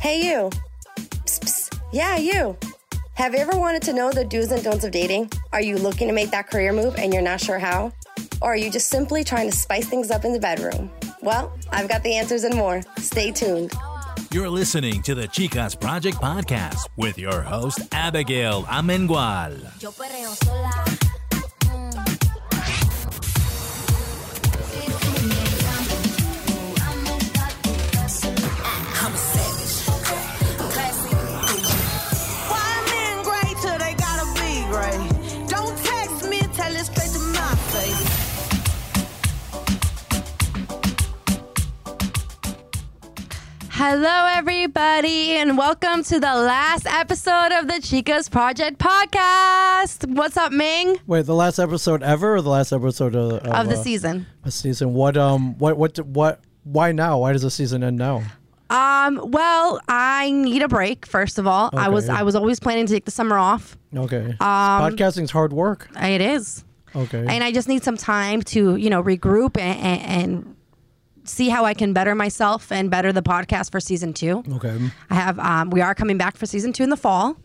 Hey, you. Psst, psst. Yeah, you. Have you ever wanted to know the do's and don'ts of dating? Are you looking to make that career move and you're not sure how? Or are you just simply trying to spice things up in the bedroom? Well, I've got the answers and more. Stay tuned. You're listening to the Chicas Project Podcast with your host, Abigail Amengual. Yo perreo sola. I'm a savage. Why men gray till they gotta be gray? Don't text me, tell it straight to my face. Hello, everybody, and welcome to the last episode of the Chicas Project podcast. What's up, Ming? Wait, the last episode ever, or the last episode of, Of the uh, season. a season? What? Um. What? What? What? Why now? Why does the season end now? Um, well, I need a break. First of all, I was Okay. I was always planning to take the summer off. Okay. Um, Podcasting's hard work. It is, Okay. and I just need some time to you know regroup and, and, and see how I can better myself and better the podcast for season two. okay. I have um, we are coming back for season two in the fall,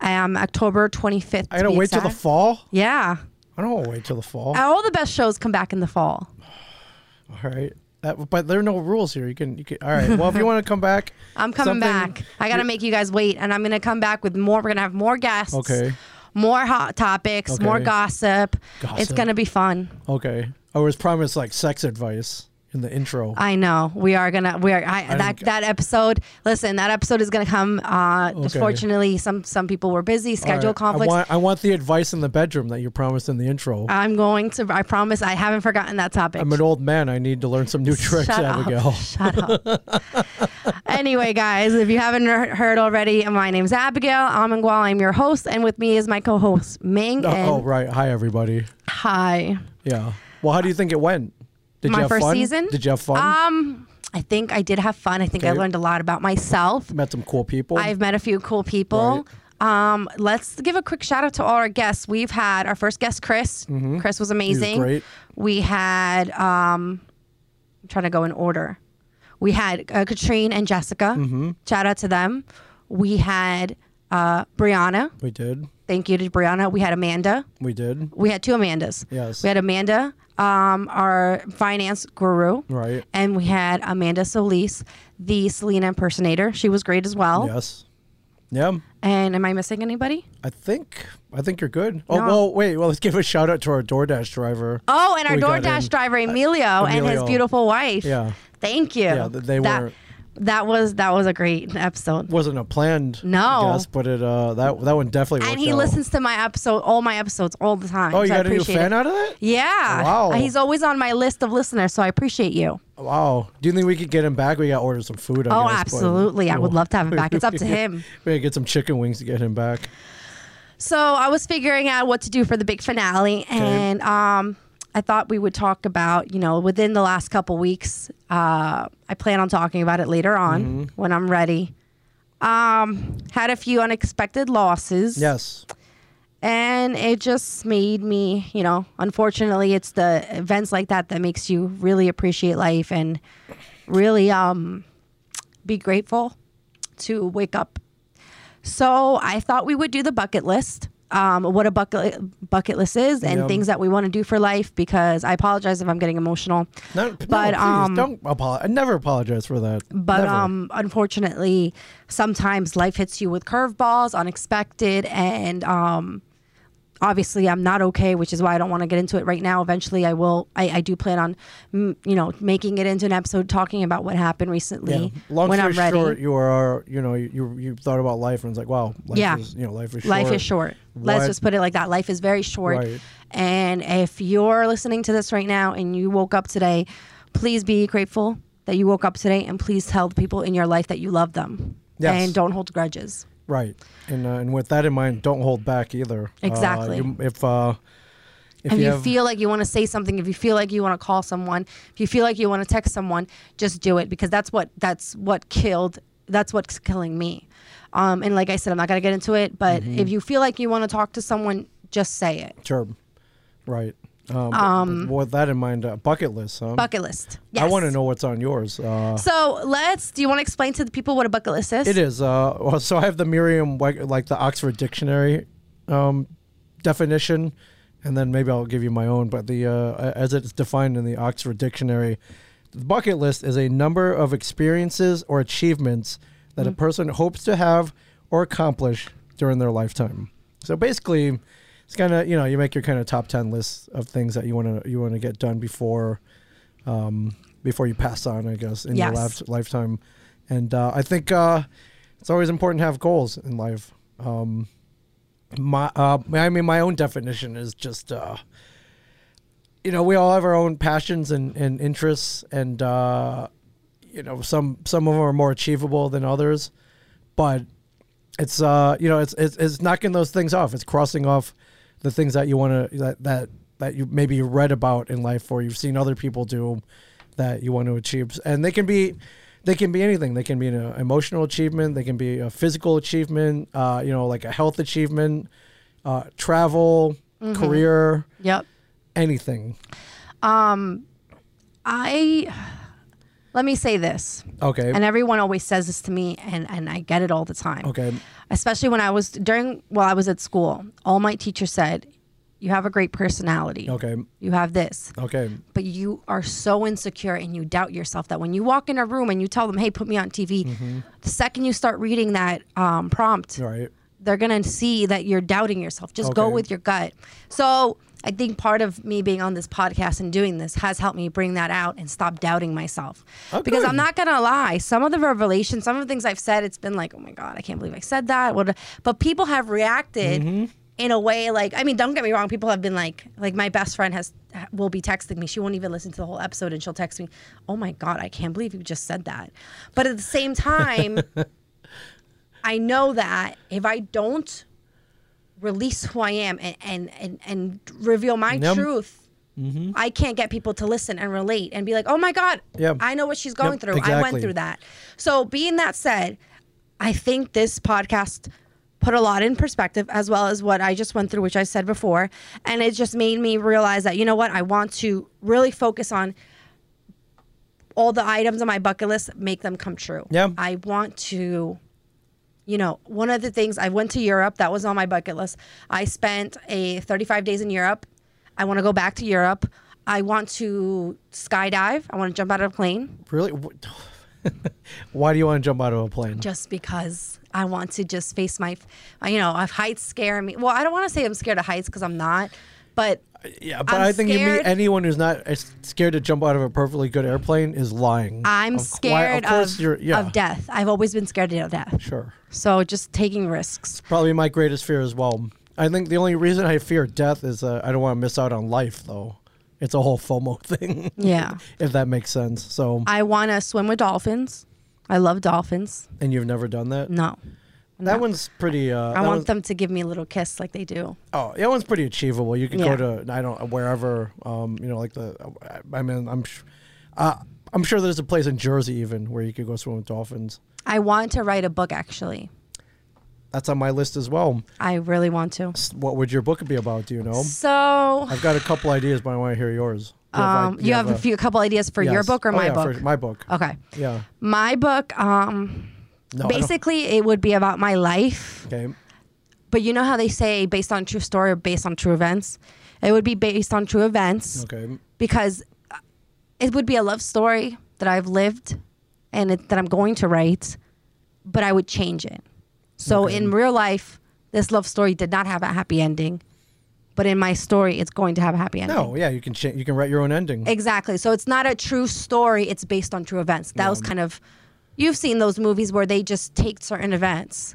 um, October twenty fifth. I gotta wait till the fall. Yeah. I don't want to wait till the fall. All the best shows come back in the fall. All right. That, but there are no rules here. You can. You can. All right. Well, if you want to come back, I'm coming something- back. I got to make you guys wait, and I'm going to come back with more. We're going to have more guests. Okay. More hot topics, more Okay. gossip. It's Gossip. going to be fun. Okay. I was promised like sex advice in the intro. I know. We are going to, we are, I, don't that, g- that episode, listen, that episode is going to come. Uh, Unfortunately, some, some people were busy, All right. schedule I conflicts. Uh, want, I want the advice in the bedroom that you promised in the intro. I'm going to, I promise, I haven't forgotten that topic. I'm an old man. I need to learn some new tricks, Shut Abigail. Up. Shut up. anyway, guys, if you haven't he- heard already, my name's Abigail Amangwal. I'm your host, and with me is my co-host Ming. and Oh, right. Hi, everybody. Hi. Yeah. Well, how do you think it went? Did My you have first fun? season? Did you have fun? Um, I think I did have fun. I think I Okay. learned a lot about myself. Met some cool people. I've met a few cool people. Um, let's give a quick shout out to all our guests. We've had our first guest, Chris. Chris was amazing. Mm-hmm. great. We had, um, I'm trying to go in order. We had uh, Katrine and Jessica. Mm-hmm. Shout out to them. We had uh, Brianna. we did. Thank you to Brianna. We had Amanda. We did. We had two Amandas. Yes. We had Amanda, um, our finance guru. Right. And we had Amanda Solis, the Selena impersonator. She was great as well. Yes. Yeah. And am I missing anybody? I think I think you're good. Oh No. well, wait. Well, let's give a shout out to our DoorDash driver. Oh, and our We got DoorDash in. Uh, driver Emilio, and his Emilio. beautiful wife. Yeah. Thank you. Yeah, th- they that, were- That was that was a great episode. Wasn't a planned. No. Guess, but it uh that that one definitely. and worked he out. listens to my episode, all my episodes, all the time. Oh, you so I got a new appreciate fan it. out of that? Yeah. Wow. He's always on my list of listeners, so I appreciate you. Wow. Do you think we could get him back? We got to order some food. I Oh, guess, but- absolutely. I would love to have him back. It's up to him. we gotta get some chicken wings to get him back. So I was figuring out what to do for the big finale, and um, I thought we would talk about, you know, within the last couple weeks. Uh, I plan on talking about it later on when I'm ready. Um, had a few unexpected losses. Yes. And it just made me, you know, unfortunately, it's the events like that that makes you really appreciate life and really um, be grateful to wake up. So I thought we would do the bucket list, um, what a bucket bucket list is, and Yeah. things that we want to do for life. Because I apologize if I'm getting emotional, No, but But, um, don't apologize. I never apologize for that. but Never. um, unfortunately, sometimes life hits you with curveballs, unexpected, and um, obviously I'm not okay, which is why I don't want to get into it right now. Eventually, I will. I, I do plan on, mm, you know, making it into an episode talking about what happened recently Long when story I'm ready. short, you are you know you you thought about life and it's like wow, life Yeah. is, you know life is short. Life is short. Let's What- just put it like that. Life is very short. Right. And if you're listening to this right now and you woke up today, please be grateful that you woke up today and please tell the people in your life that you love them. Yes. And don't hold grudges. right. And uh, and with that in mind, don't hold back either. Uh, Exactly. you- if uh, if If you, you, have- feel like you want to say something, if you feel like you want to call someone, if you feel like you want to text someone, just do it because that's what that's what killed that's what's killing me. Um, and like I said, I'm not gonna Mm-hmm. get into it, but if you feel like you want to talk to someone, just say it. sure, right. Um, with that in mind, uh, bucket list. Huh? Bucket list. Yes. I want to know what's on yours. Uh, So let's. Do you want to explain to the people what a bucket list is? it is. Uh, well, so I have the Merriam, like the Oxford Dictionary um, definition, and then maybe I'll give you my own. But the uh, as it's defined in the Oxford Dictionary, the bucket list is a number of experiences or achievements that a person hopes to have or accomplish during their lifetime. So basically, it's kind of you know you make your kind of top ten list of things that you want to you want to get done before um, before you pass on, I guess, in your Yes. life, lifetime. And uh, I think uh, it's always important to have goals in life. Um, my, uh, I mean, my own definition is just, uh, you know, we all have our own passions and, and interests, and uh, you know, some some of them are more achievable than others, but it's uh, you know, it's it's, it's knocking those things off. It's crossing off the things that you want to that that that you maybe you read about in life or you've seen other people do that you want to achieve and they can be they can be anything they can be an uh, emotional achievement they can be a physical achievement uh, you know like a health achievement uh, travel career Yep. anything I. Let me say this, okay and everyone always says this to me, and and I get it all the time. okay Especially when I was during while I was at school, all my teachers said, "You have a great personality. okay You have this." okay but you are so insecure and you doubt yourself that when you walk in a room and you tell them, "Hey, put me on TV," the second you start reading that um, prompt, all Mm-hmm. right they're gonna see that you're doubting yourself. Just go Okay. with your gut. So I think part of me being on this podcast and doing this has helped me bring that out and stop doubting myself. Because Oh, good. I'm not gonna lie, some of the revelations, some of the things I've said, it's been like, oh my god, I can't believe I said that. What? But people have reacted. Mm-hmm. In a way, like I mean, don't get me wrong. People have been like, like my best friend has will be texting me. She won't even listen to the whole episode, and she'll text me, "Oh my god, I can't believe you just said that." But at the same time, I know that if I don't release who I am and and and, and reveal my Yep. Mm-hmm. truth, I can't get people to listen and relate and be like, "Oh my God, Yep. I know what she's going Yep, through. I went exactly. through that." So, being that said, I think this podcast put a lot in perspective as well as what I just went through, which I said before, and it just made me realize that you know what I want to really focus on all the items on my bucket list, make them come true. Yeah. I want to, you know, one of the things I went to Europe, that was on my bucket list. I spent a 35 days in Europe. I want to go back to Europe. I want to skydive. I want to jump out of a plane really What- why do you want to jump out of a plane just because I want to just face my, you know, if heights scare me. Well, I don't want to say I'm scared of heights because I'm not, but yeah but I'm i think you scared- meet anyone who's not uh, scared to jump out of a perfectly good airplane is lying I'm Of cou- scared of course of, you're yeah of death. I've always been scared of death. sure So just taking risks. probably my greatest fear as well. I think the only reason I fear death is uh, I don't want to miss out on life, though. It's a whole FOMO thing, Yeah. if that makes sense. So, I want to swim with dolphins. I love dolphins. and you've never done that? No, That one's pretty. Uh, I that want one's, them to give me a little kiss like they do. Oh, that one's pretty achievable. You could Yeah. go to I don't wherever. Um, you know, like the. I mean, I'm. Sh- uh, I'm sure there's a place in Jersey even where you could go swim with dolphins. I want to write a book actually. That's on my list as well. I really want to. S- What would your book be about? Do you know? So, I've got a couple ideas, but I want to hear yours. Do have, um, like- do you have a uh, few couple ideas for your yes. book or Oh, my yeah, for book? my book. okay. Yeah. My book um No, I don't- basically it would be about my life, Okay. but you know how they say based on true story or based on true events? It would be based on true events. Okay. because uh, it would be a love story that I've lived and it, that I'm going to write, but I would change it. So in real life, this love story did not have a happy ending, but in my story, it's going to have a happy ending. No, yeah, you can cha- you can write your own ending. Exactly. So it's not a true story, it's based on true events. That was kind of, you've seen those movies where they just take certain events.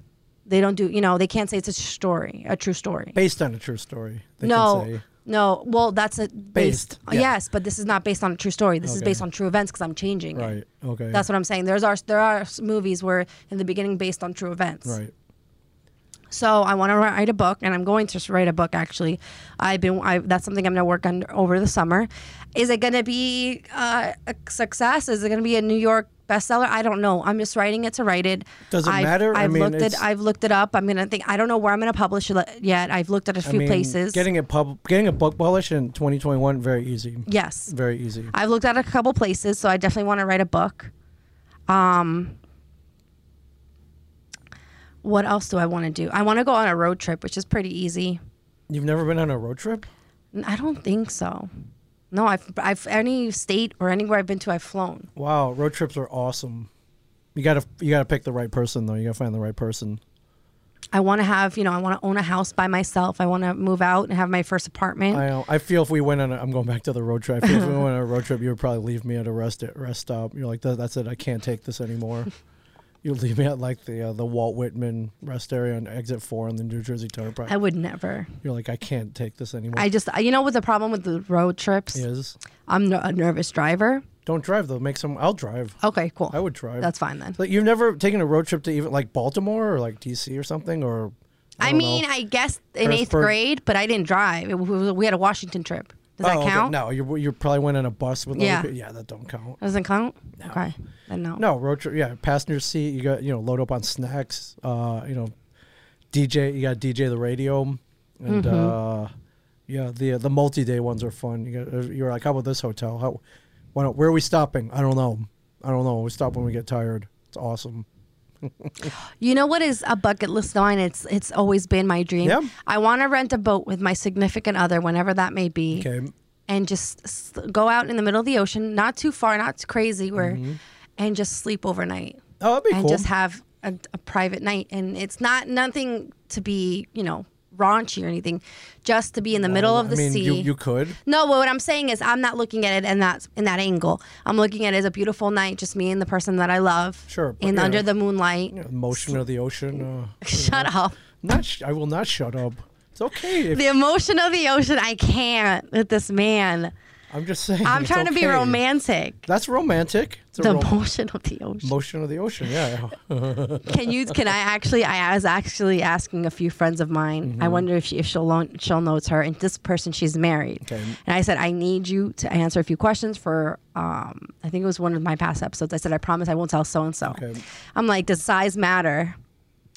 They don't do, you know, they can't say it's a story, a true story. Based on a true story. They no, Can say. no. Well, that's a based. uh, Based, yeah. Yes, but this is not based on a true story. This is Okay. based on true events because I'm changing it. Right. Okay. That's what I'm saying. There's are there are s- movies where in the beginning based on true events. Right. So I want to write a book, and I'm going to s- write a book. Actually, I've been. I, that's something I'm going to work on over the summer. Is it going to be uh, a success? Is it going to be a New York bestseller. I don't know. I'm just writing it to write it. Does it I've, matter? I I've mean, looked it. it's- I've looked it up. I'm gonna think. I don't know where I'm gonna publish it le- yet. I've looked at a I few mean, places. Getting a pub, getting a book published in 2021, very easy. yes, Very easy. I've looked at a couple places, so I definitely want to write a book. Um, what else do I want to do? I want to go on a road trip, which is pretty easy. You've never been on a road trip? N- I don't think so. No, I've I've any state or anywhere I've been to, I've flown. Wow, road trips are awesome. You gotta you gotta pick the right person though. You gotta find the right person. I want to have, you know, I want to own a house by myself. I want to move out and have my first apartment. I know. I feel if we went on, a, I'm going back to the road trip. I feel if we went on a road trip, you would probably leave me at a rest at rest stop. You're like, "That- that's it. I can't take this anymore. you leave me at like the uh, the Walt Whitman rest area on exit four on the New Jersey Turnpike. I would never. You're like, I can't take this anymore. I just, you know, what the problem with the road trips? is I'm ner- a nervous driver. don't drive though. Make some. I'll drive. Okay, cool. I would drive. That's fine then. Like you've never taken a road trip to even like Baltimore or like DC or something or. I, don't mean, know. I guess in eighth Harrisburg. grade, but I didn't drive. It, was- we had a Washington trip. Does that Oh, okay. count? No, you you probably went on a bus with. Yeah. Yeah. Yeah, that don't count. Doesn't count? Okay. Then no. No road trip. Yeah, passenger seat. You got you know load up on snacks. Uh, you know, DJ. You got DJ the radio, and Mm-hmm. uh, yeah, the the multi day ones are fun. You got you're like, how about this hotel? How, why don't, where are we stopping? I don't know. I don't know. We stop when we get tired. It's awesome. You know what is a bucket list of mine? It's it's always been my dream. Yeah. I want to rent a boat with my significant other, whenever that may be. Okay, and just s- go out in the middle of the ocean, not too far, not too crazy, where and just sleep overnight Mm-hmm. oh, that'd be and cool. just have a, a private night. And it's not nothing to be, you know, raunchy or anything, just to be in the middle of the I mean, sea. you you could. no, but what I'm saying is, I'm not looking at it in that in that angle. I'm looking at it as a beautiful night, just me and the person that I love, Sure, but, and you under know, the moonlight. Motion of the ocean. Uh, Shut up. not. Sh- I will not shut up. It's okay. If, The emotion of the ocean, I can't with this man. I'm just saying. I'm it's trying to be okay. romantic. That's romantic. It's a The rom- emotion of the ocean. motion of the ocean. Yeah. Can you? Can I actually? I was actually asking a few friends of mine. Mm-hmm. I wonder if, she, if she'll loan, she'll know it's her. And this person, she's married. Okay. And I said, I need you to answer a few questions for. Um, I think it was one of my past episodes. I said, I promise I won't tell so and so. Okay. I'm like, does size matter?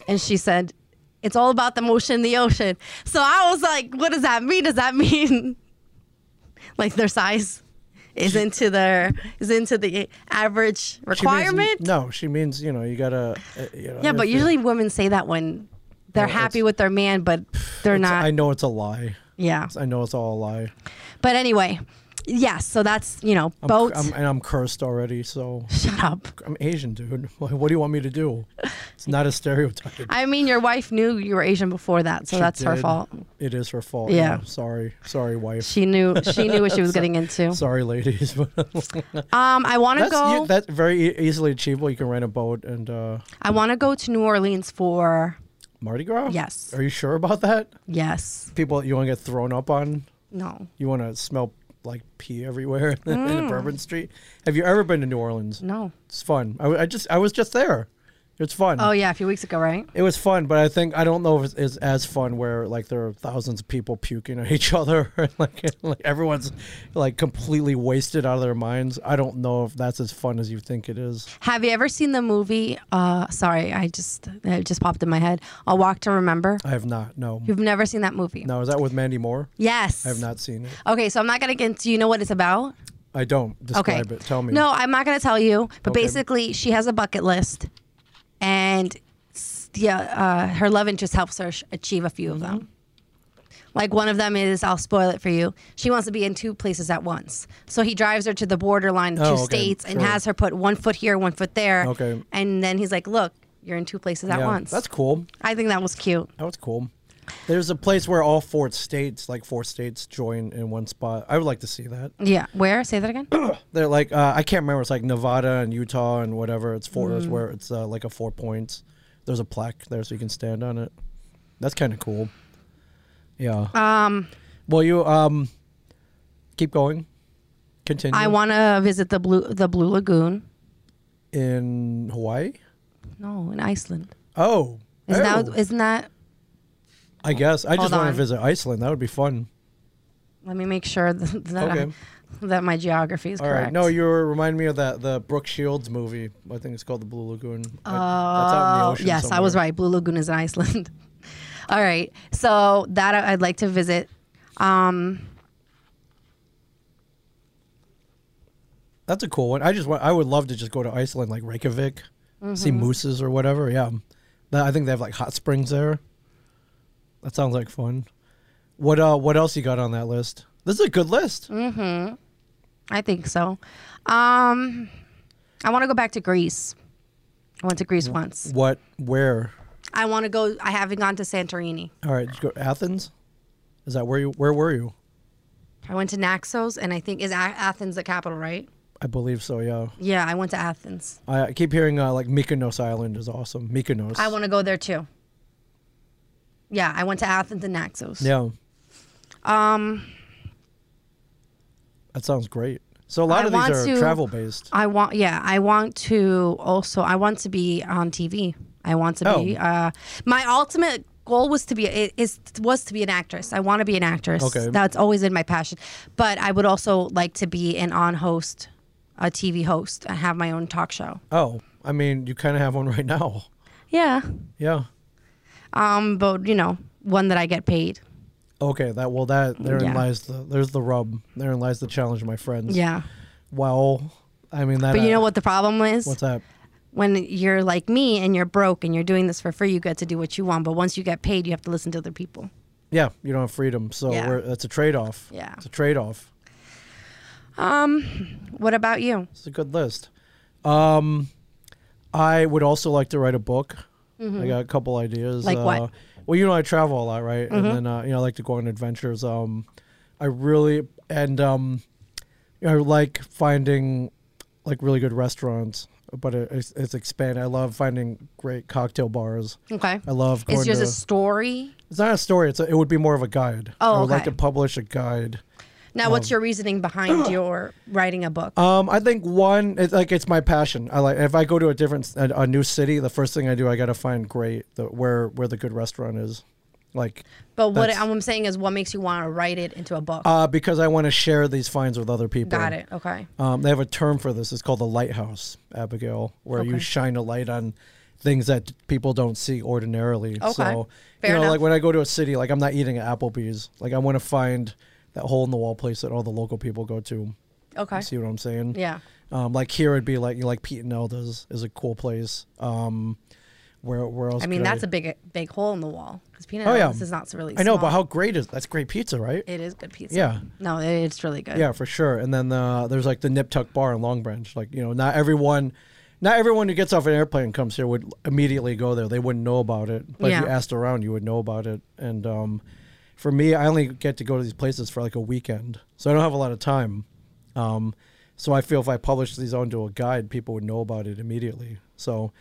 And she said, it's all about the motion in the ocean. So I was like, what does that mean? Does that mean like their size? Is into their is into the average She means- requirement? no, she means you know you gotta. Uh, you know, Yeah, if but you- usually women say that when they're Yeah, happy it's- with their man, but they're it's- not. I know it's a lie. yeah. I know it's all a lie. But anyway, yes. So that's you know I'm, boats. I'm, and I'm cursed already, so shut up. I'm Asian, dude. What what do you want me to do? It's not a stereotype. I mean, your wife knew you were Asian before that, so She that's her did. fault. It is her fault. Yeah. Sorry, sorry, wife. She knew she knew what she was getting into. sorry, ladies. But Um, I want to that's, go. you, that's very e- easily achievable. You can rent a boat and uh, I want to go to New Orleans for Mardi Gras. Yes. Are you sure about that? yes. People you want to get thrown up on? No, You want to smell like pee everywhere in Bourbon Street? Have you ever been to New Orleans? Mm. no. It's fun. I, w- I just I was just there. It's fun. Oh yeah, a few weeks ago, right? It was fun, but I think I don't know if it's, it's as fun where like there are thousands of people puking at each other, and, like like everyone's like completely wasted out of their minds. I don't know if that's as fun as you think it is. Have you ever seen the movie? Uh, sorry, I just it just popped in my head. A Walk to Remember. I have not. No. You've never seen that movie? No. Is that with Mandy Moore? Yes. I have not seen it. Okay, so I'm not gonna get into. You know what it's about? I don't Okay. describe it. Tell me. No, I'm not gonna tell you. But Okay. basically, she has a bucket list, and s- yeah, uh, her love interest helps her sh- achieve a few of them. Like one of them is, I'll spoil it for you. She wants to be in two places at once, so he drives her to the borderline, two Oh, okay, states, and sure. has her put one foot here, one foot there. Okay. And then he's like, "Look, you're in two places at Yeah, once." That's cool. I think that was cute. That was cool. There's a place where all four states, like four states, join in one spot. I would like to see that. Yeah. Where? Say that again. They're like uh, I can't remember. It's like Nevada and Utah and whatever. It's four. Mm. It's where it's uh, like a four points. There's a plaque there so you can stand on it. That's kind of cool. Yeah. Um. Well, you um. Keep going. Continue. I want to visit the blue the Blue Lagoon. in Hawaii. No, in Iceland. Oh. Isn't Oh. that isn't that I guess I just Hold want on. to visit Iceland. That would be fun. Let me make sure th- that Okay. I'm- that my geography is All right. correct. No, you were reminding me of that the Brooke Shields movie. I think it's called The Blue Lagoon. Oh, that's out in the Oh, ocean yes, I was somewhere. right. Blue Lagoon is in Iceland. All right, so that I- I'd like to visit. Um, That's a cool one. I just want, I would love to just go to Iceland, like Reykjavik, see Mm-hmm. mooses or whatever. Yeah, um, That- I think they have like hot springs there. That sounds like fun. What uh? What else you got on that list? This is a good list. Mm. I think so. Um, I want to go back to Greece. I went to Greece Mm-hmm. once. What? Where? I want to go. I haven't gone to Santorini. All right, just go Athens. Is that where you? Where were you? I went to Naxos, and I think is A- Athens the capital, right? I believe so. Yeah. Yeah, I went to Athens. I I keep hearing uh, like Mykonos Island is awesome. Mykonos. I want to go there too. Yeah, I went to Athens and Naxos. Yeah. Um, That sounds great. So a lot I of these want are to- travel based. I want. Yeah, I want to also. I want to be on TV. I want to be. Oh. Uh, my ultimate goal was to be i- is was to be an actress. I want to be an actress. Okay. that's always been my passion. But I would also like to be an on host, a TV host, and have my own talk show. Oh, I mean, you kind of have one right now. Yeah. Yeah. Um, but you know, one that I get paid. Okay, that well that therein Yeah. lies the there's the rub. Therein lies the challenge, my friends. Yeah. Well, I mean that. But you know uh, what the problem is? What's that? when you're like me and you're broke and you're doing this for free, you get to do what you want. But once you get paid, you have to listen to other people. Yeah, you don't have freedom, so Yeah. we're, that's a trade off. Yeah. it's a trade off. What about you? It's a good list. Um, I would also like to write a book. I got a couple ideas. Mm-hmm. Like what? Mm-hmm. Uh, Well, you know, I travel a lot, right? And then uh, you know, I like to go on adventures. Um, I really and um, you know, I like finding like really good restaurants, but it, it's, it's expanded. I love finding great cocktail bars. Okay. I love going Is yours to. a story? it's not a story. It's a, it would be more of a guide. Oh, I would like okay. to publish a guide. Now, what's your reasoning behind your writing a book? Um, I think one, it's like it's my passion. I like if I go to a different, a, a new city, the first thing I do, I gotta find great the where where the good restaurant is, like, but what that's- I'm saying is, what makes you want to write it into a book? uh, because I want to share these finds with other people. Got it. Okay. Um, they have a term for this. It's called the lighthouse, Abigail, where you shine a light on things that people don't see ordinarily. Okay. So, Fair you know, enough. like when I go to a city, like I'm not eating at Applebee's. Like I want to find that hole in the wall place that all the local people go to. Okay. See what I'm saying? Yeah. Um, like here it'd be like you know, like Pete and Elda's is a cool place. Um, where where else? I mean, could that's a big, big hole in the wall because peanut Oh, yeah. this is not really. I know, but small. how great is that's great pizza, right? it is good pizza. Yeah. No, it- it's really good. Yeah, for sure. And then uh, there's like the Nip Tuck Bar in Long Branch. Like you know, not everyone, not everyone who gets off an airplane and comes here would immediately go there. They wouldn't know about it. But if you Yeah. asked around, you would know about it. And um, for me, I only get to go to these places for like a weekend, so I don't have a lot of time. Um, so I feel if I published these onto a guide, people would know about it immediately. So,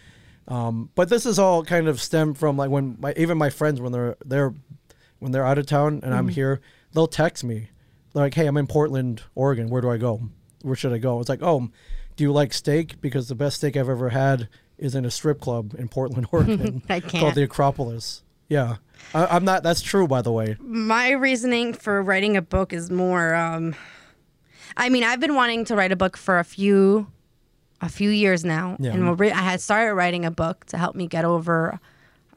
um, but this is all kind of stemmed from like when my even my friends when they're they're when they're out of town and Mm-hmm. I'm here, they'll text me. They're like, "Hey, I'm in Portland, Oregon. Where do I go? Where should I go?" It's like, "Oh, do you like steak? Because the best steak I've ever had is in a strip club in Portland, Oregon, I called can't. the Acropolis." Yeah, I, I'm not. That's true, by the way. my reasoning for writing a book is more um i mean i've been wanting to write a book for a few a few years now Yeah. and we're re- i had started writing a book to help me get over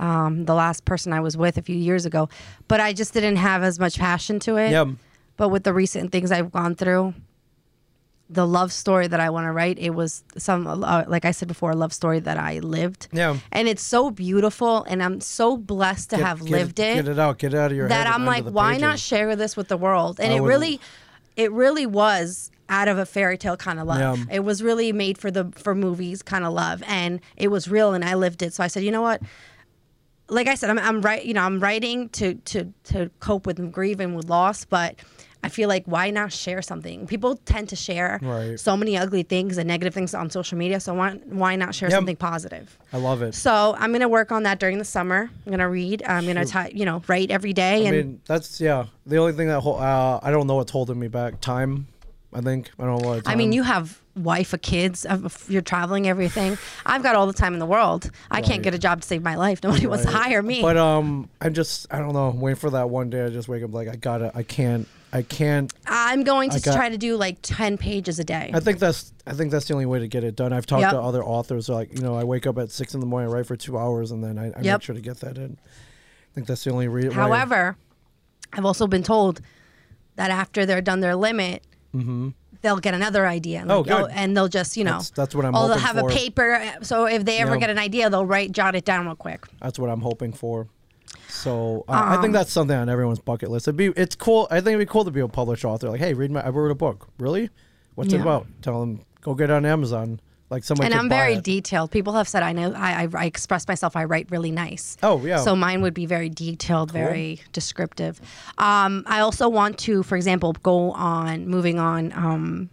um, the last person i was with a few years ago but i just didn't have as much passion to it Yeah. but with the recent things i've gone through the love story that i want to write it was some uh, like i said before a love story that i lived Yeah. and it's so beautiful and i'm so blessed to Get- have get lived it Get it out. Get it out of your head. that and I'm onto like, the why pages. not share this with the world? And I it would- really, it really was out of a fairy tale kind of love. Yeah. It was really made for the for movies kind of love, and it was real, and I lived it. So I said, you know what? Like I said, I'm I'm right, you know, I'm writing to to to cope with grief and with loss, but. I feel like why not share something? People tend to share Right. so many ugly things and negative things on social media. So why, why not share Yeah. something positive? I love it. So I'm gonna work on that during the summer. I'm gonna read. I'm gonna ty- you know write every day I and mean, that's yeah. The only thing that hol- uh, I don't know what's holding me back. Time, I think. I don't know what. I mean, you have wife, a kids, a- you're traveling, everything. I've got all the time in the world. I can't get a job to save my life. Nobody wants to hire me. uh, But um, I'm just I don't know. I'm waiting for that one day. I just wake up like I gotta. I can't. I can't. I'm going to I got- try to do like 10 pages a day. I think that's. I think that's the only way to get it done. I've talked Yep. to other authors. Like you know, I wake up at six in the morning, I write for two hours, and then I, I Yep. make sure to get that in. I think that's the only re- way. However, I've also been told that after they're done their limit, they'll get another idea. And Mm-hmm. Oh, they'll- good. And they'll just, you know, That's- that's what I'm Oh, they'll hoping have for. a paper. So if they ever Yeah. get an idea, they'll write, jot it down real quick. That's what I'm hoping for. So uh, I Um, think that's something on everyone's bucket list. It'd be it's cool. I think it'd be cool to be a published author. Like, hey, read my. I wrote a book. Really? What's it Yeah. about? Tell them go get it on Amazon. Like someone. and could I'm buy very it. detailed. People have said I know I, I, I express myself. I write really nice. Oh, yeah. So mine would be very detailed, very descriptive. Um, I also want to, for example, go on moving on, um,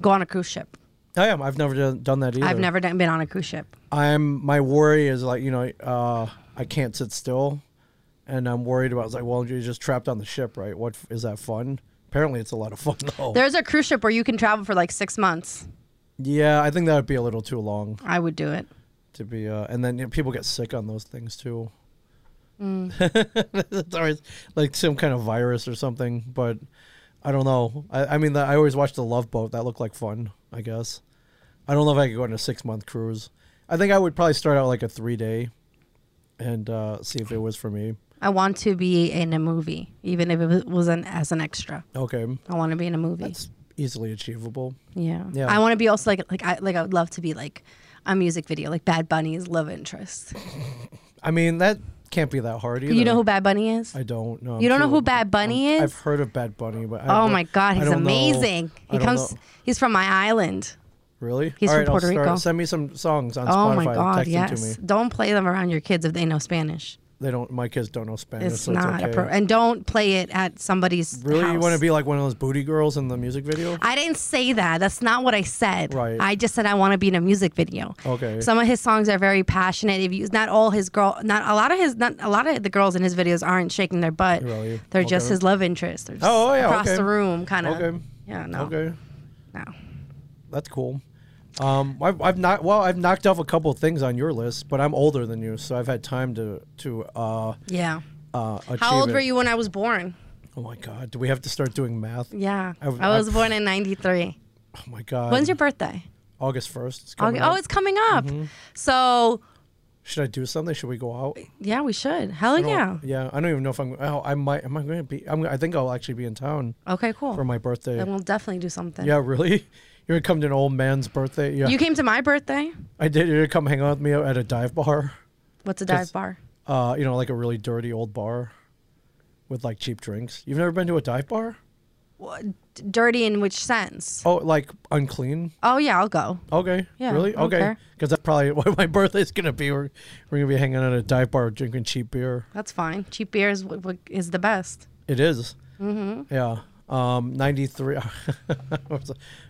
go on a cruise ship. I am. I've never done, done that either. I've never done, been on a cruise ship. I'm. My worry is like you know, uh, I can't sit still, and I'm worried about it's like, well, you're just trapped on the ship, right? What f- is that fun? Apparently, it's a lot of fun though. There's a cruise ship where you can travel for like six months. yeah, I think that would be a little too long I would do it. to be. Uh, and then you know, people get sick on those things too. Mm. it's always like some kind of virus or something, but I don't know. I, I mean, the, I always watched the Love Boat. That looked like fun. I guess I don't know if I could go on a six month cruise. I think I would probably start out like a three day, and uh, see if it was for me. I want to be in a movie, even if it wasn't as an extra. Okay, I want to be in a movie. it's easily achievable. yeah. yeah. I want to be also like like I like I would love to be like a music video, like Bad Bunny's love interest. I mean, that can't be that hard either. You know who Bad Bunny is? I don't know. You don't know who Bad Bunny is? I've heard of Bad Bunny, but I oh don't- my God, I he's don't know- amazing. I He don't comes. know. He's from my island. Really? He's All from right, I'll Puerto start- Rico. Send me some songs on oh my Spotify. God, Text them yes. to me. Don't play them around your kids if they know Spanish. They don't. My kids don't know Spanish. It's so not it's okay. a pro. And don't play it at somebody's. really, you want to house. be like one of those booty girls in the music video? I didn't say that. That's not what I said. Right. I just said I want to be in a music video. Okay. Some of his songs are very passionate. If you not all his girl, not a lot of his, not a lot of the girls in his videos aren't shaking their butt. Really? They're just Okay. his love interest. They're just Oh, oh, yeah, across okay. the room, kind of. Okay. Yeah. No. Okay, No. that's cool. Um, I've, I've not well, I've knocked off a couple of things on your list, but I'm older than you, so I've had time to to uh, Yeah. uh achieve How old it. were you when I was born? Oh my god, do we have to start doing math? Yeah. I, I w- was I- born in 93. Oh my god. When's your birthday? August first? It's Aug- coming Oh, up. Mm-hmm. it's coming up. So, Should I do something? Should we go out? yeah, we should. Hell I yeah. don't- Yeah. I don't even know if I'm. Oh, I might. Am I going to be? I'm, I think I'll actually be in town Okay, cool. for my birthday. then we'll definitely do something. Yeah, really? You're gonna come to an old man's birthday? Yeah, You came to my birthday. I did. You're gonna come hang out with me at a dive bar? What's a dive Just- bar? Uh, you know, like a really dirty old bar with like cheap drinks. You've never been to a dive bar? D- Dirty in which sense? Oh, like unclean? Oh yeah, I'll go. Okay. Yeah, Really? I don't Okay. care. Because that's probably what my birthday's gonna be. We're, we're gonna be hanging out at a dive bar drinking cheap beer. That's fine. Cheap beer is what, what is the best. It Mm-hmm. Yeah. Um, ninety three.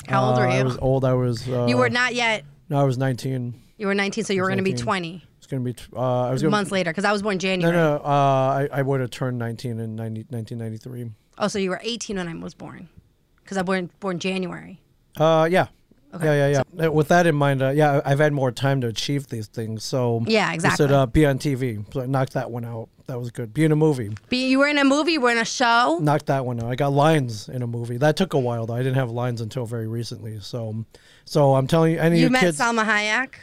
How old were I you? was old. I was. Uh, you were not yet. No, I was nineteen. You were 19, so you were going to be 19. 20 It's gonna be. T- uh, I was gonna. months later because I was born No, January. no. Uh, I, I would have turned 19 in 90, 1993. Oh, so you were 18 when I was born because I was born, born January. Uh, yeah. Yeah, yeah, yeah. Uh, With that in mind, uh, yeah, I- I've had more time to achieve these things. So Yeah, I exactly. said uh, be on TV. So I knocked that one out. That was good. Be in a movie. But you were in a movie. You were in a show. Knocked that one out. I got lines in a movie. That took a while though. I didn't have lines until very recently. So, so I'm telling you, any you of met your kids Salma Hayek.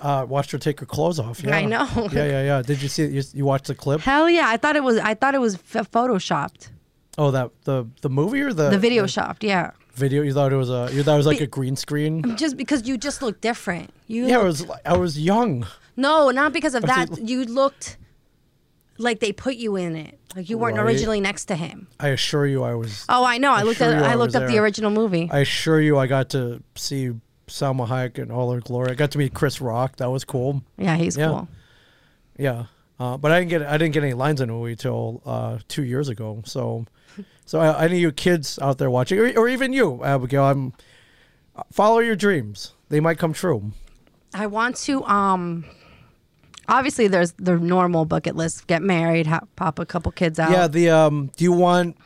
uh, watched her take her clothes off. Yeah. I know. yeah, yeah, yeah. Did you see? You, you watched the clip? Hell yeah! I thought it was. I thought it was f- photoshopped. Oh, that the the movie or the The video shopped. Yeah. video? You thought it was a you thought it was like a green screen? Just because you just look different. You Yeah, I look- was li- I was young. No, not because of Because that. You looked like they put you in it. Like you weren't Right. originally next to him. I assure you, I was. Oh, I know. I I'm looked sure at you I are, looked was up the there. original movie. I assure you, I got to see Salma Hayek in all her glory. I got to meet Chris Rock. That was cool. yeah, he's Yeah. cool. Yeah, uh, but I didn't get I didn't get any lines in a movie till uh, two years ago. So, so uh, any of you kids out there watching, or, or even you, Abigail, I'm follow your dreams. They might come true. I want to um obviously there's the normal bucket list, get married, ha- pop a couple kids out. Yeah. The um. Do you want?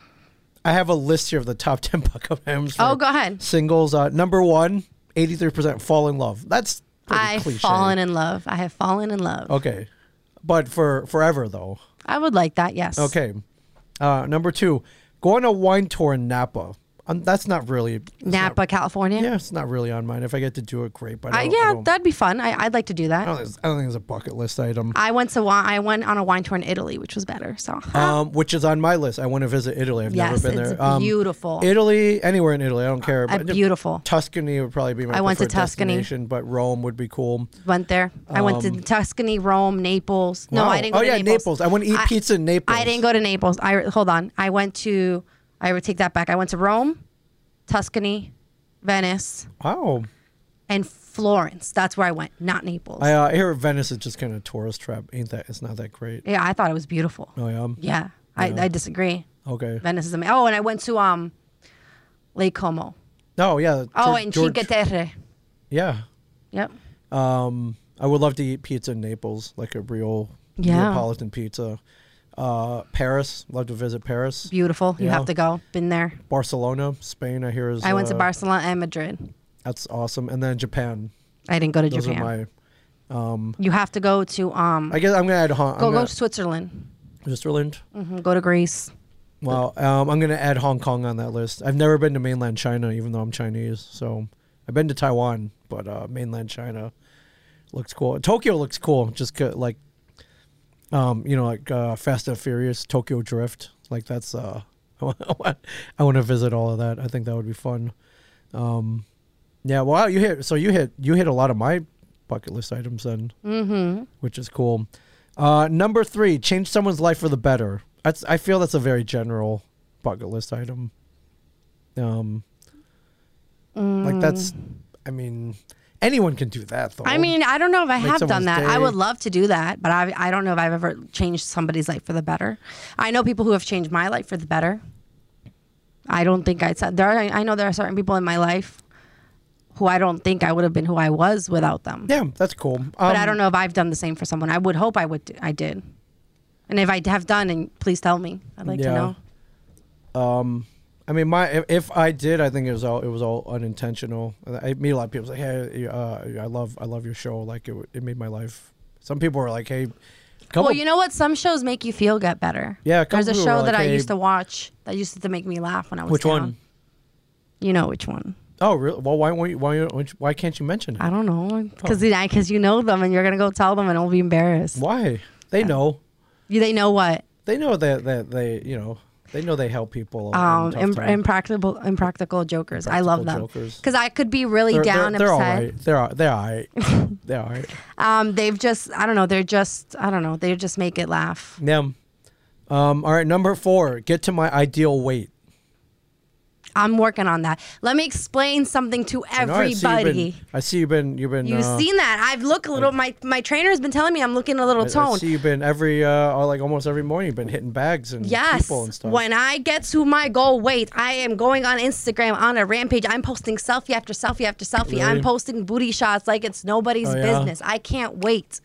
I have a list here of the top ten bucket hymns. for Oh, go ahead. Singles. Uh, number one, 83 percent fall in love. That's pretty I've cliche. fallen in love. I have fallen in love. Okay. But for forever though. I would like that, yes. Okay. Uh, number two, Go on a wine tour in Napa. Um, that's not really that's Napa, not- California. yeah, it's not really on mine. If I get to do it, great. But I- I don't, I yeah, don't, that'd be fun. I, I'd like to do I don't that. think it's- I don't think it's a bucket list item. I went to wi- I went on a wine tour in Italy, which was better. So um, which is on my list. I want to visit Italy. I've Uh, Yes, never been it's there. Um, beautiful. Italy, anywhere in Italy, I don't care. uh, beautiful. Tuscany would probably be my. I went to preferred Tuscany. destination, but Rome would be cool. went there. I went to Um, Tuscany, Rome, Naples. No, Wow. I didn't. Go Oh, to yeah, Naples. Naples. I wanna eat pizza in Naples. I didn't go to Naples. I hold on. I went to. I would take that back. I went to Rome, Tuscany, Venice, Wow. and Florence. That's where I went, not Naples. I uh, hear Venice is just kind of tourist trap. Ain't that? It's not that great. yeah, I thought it was beautiful. Oh yeah. Yeah, I, I disagree. Okay. Venice is amazing. Oh, and I went to um, Lake Como. Oh yeah. Oh, Geor- and George- Cinque Terre. Yeah. Yep. Um, I would love to eat pizza in Naples, like a real Yeah. Neapolitan pizza. Uh, Paris, love to visit Paris. Beautiful. You Yeah. have to go. Been there. Barcelona, Spain, I hear is. I went to uh, Barcelona and Madrid. That's awesome, and then Japan. I didn't go to Those Japan. are my. you have to go to um. I guess I'm gonna add Hong. go I'm go gonna, to Switzerland. Switzerland. Mhm, Go to Greece. Wow. Um, I'm gonna add Hong Kong on that list. I've never been to mainland China, even though I'm Chinese. So I've been to Taiwan, but uh, mainland China looks cool. Tokyo looks cool. Just co- like, um, you know, like uh, Fast and Furious, Tokyo Drift. Like that's uh, I want to visit all of that. I think that would be fun. Um, yeah. Wow. You hit. So you hit. You hit a lot of my bucket list items then, mm-hmm. which is cool. Uh, number three, change someone's life for the better. That's I feel that's a very general bucket list item. Um, like that's, I mean, anyone can do that though. Mm. I mean, I don't know if I Make have done someone's that. I day. would love to do that, but I, I don't know if I've ever changed somebody's life for the better. I know people who have changed my life for the better. I don't think I'd said there. Are, I know there are certain people in my life who I don't think I would have been who I was without them. yeah, that's cool. Um, But I don't know if I've done the same for someone. I would hope I would. do- I did. And if I have done, and please tell me. I'd like Yeah. to know. I mean, my if- if I did, I think it was all it was all unintentional. I meet a lot of people say, "Hey, uh, I love I love your show. Like it, w- it made my life." Some people are like, "Hey, come Well, up- you know what? Some shows make you feel get better. Yeah, a couple there's a people show were that like, I "Hey." used to watch that used to make me laugh when I was which down. one?" You know which one? Oh, really? Well, why won't you- why won't you- why can't you mention it? I don't know Oh. because because you know them and you're gonna go tell them and I'll be embarrassed. Why? They know. You, they know what? They know that that they you know they know they help people. in Um, tough im- times. impractical impractical jokers. I love them Impractical Jokers. because I could be really down they're, they're all upset. right. They're all, they're all right. they're all right. Um, they've just I don't know. They're just I don't know. They just make it laugh. Them. Um, all right, number four. Get to my ideal weight. I'm working on that. Let me explain something to And all right, so you've been- everybody. I see you've been you've been. You've uh, seen that. I've looked a little. My my trainer has been telling me I'm looking a little I- I, toned. see you've been every uh, like almost every morning. You've been hitting bags and Yes. people and stuff. When I get to my goal weight, I am going on Instagram on a rampage. I'm posting selfie after selfie after selfie. Really? I'm posting booty shots like it's nobody's Oh, yeah? business. I can't wait.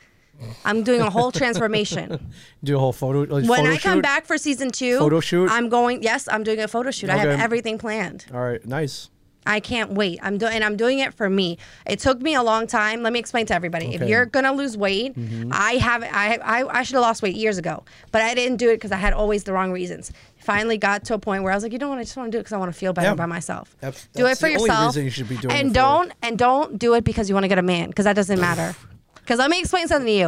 I'm doing a whole transformation. Do a whole photo. Like, when photo I come shoot? back for season two, Photo shoot? I'm going. Yes, I'm doing a photo shoot. I have Okay. everything planned. All right, nice. I can't wait. I'm doing and I'm doing it for me. It took me a long time. Let me explain to everybody. If Okay. Mm-hmm. you're gonna lose weight, I have I I, I should have lost weight years ago, but I didn't do it because I had always the wrong reasons. Finally got to a point where I was like, you know what? I just want to do it because I want to feel better Yeah. by myself. That's- do it that's for the only yourself. reason you should be doing and it for. don't and don't do it because you want to get a man because that doesn't matter. Because let me explain something to you.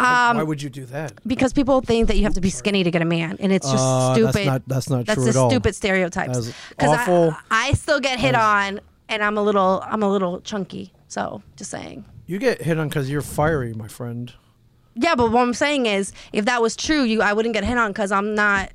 Um, Why would you do that? Because people think that you have to be skinny to get a man, and it's just Uh, that's stupid. not- that's not That's true just at all. stupid stereotypes. That is awful. I, I still get hit on, and I'm a little, I'm a little chunky. So just saying. You get hit on because you're fiery, my friend. Yeah, but what I'm saying is, if that was true, you, I wouldn't get hit on because I'm not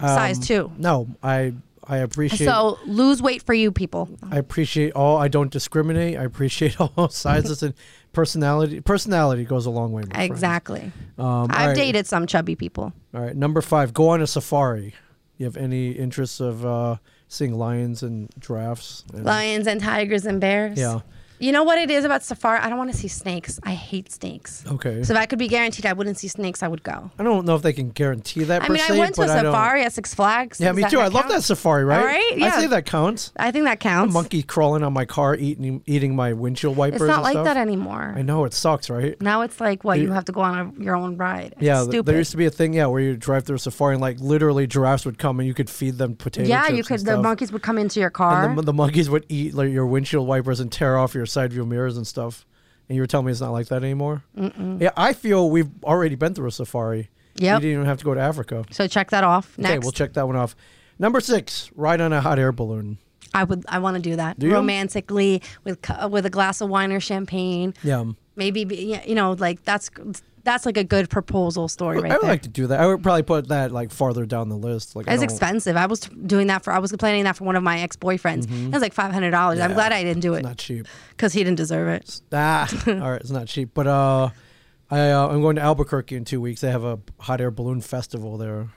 Um, size two. No, I I appreciate. So lose weight for you people. I appreciate all. I don't discriminate. I appreciate all sizes and personality. Personality goes a long way. My friend. Exactly. Um, all I've right. dated some chubby people. All right, number five. Go on a safari. You have any interests of uh, seeing lions and giraffes? And, Lions and tigers and bears. yeah. You know what it is about safari? I don't want to see snakes. I hate snakes. Okay. So if I could be guaranteed I wouldn't see snakes, I would go. I don't know if they can guarantee that. I per mean, se, I went to a but I don't- safari at Six Flags. Yeah, Does me too. I love count? that safari, right? right, yeah. I say that counts. I think that counts. Monkey crawling on my car, eating eating my windshield wipers. It's not and like stuff. that anymore. I know it sucks, right? Now it's like what you have to go on a, your own ride. It's Yeah, th- stupid. there used to be a thing, yeah, where you drive through a safari and like literally giraffes would come and you could feed them potato yeah, chips you and could. The stuff. monkeys would come into your car. And the, the monkeys would eat like your windshield wipers and tear off your side view mirrors and stuff. And you were telling me it's not like that anymore. Mm-mm. Yeah, I feel we've already been through a safari. Yeah, Yep. you didn't even have to go to Africa. so check that off. Next, Okay, we'll check that one off. Number six, ride on a hot air balloon. I would. I want to do that you? romantically with cu- with a glass of wine or champagne. Yeah, Maybe be- yeah, you know, like that's that's like a good proposal story right I would there. like to do that. I would probably put that like farther down the list. Like I it's don't- expensive. I was doing that for. I was planning that for one of my ex boyfriends. It was like five hundred dollars. I'm glad I didn't do it Mm-hmm. not cheap. because he didn't deserve it. Ah, all right, it's not cheap, but uh, I uh, I'm going to Albuquerque in two weeks. They have a hot air balloon festival there,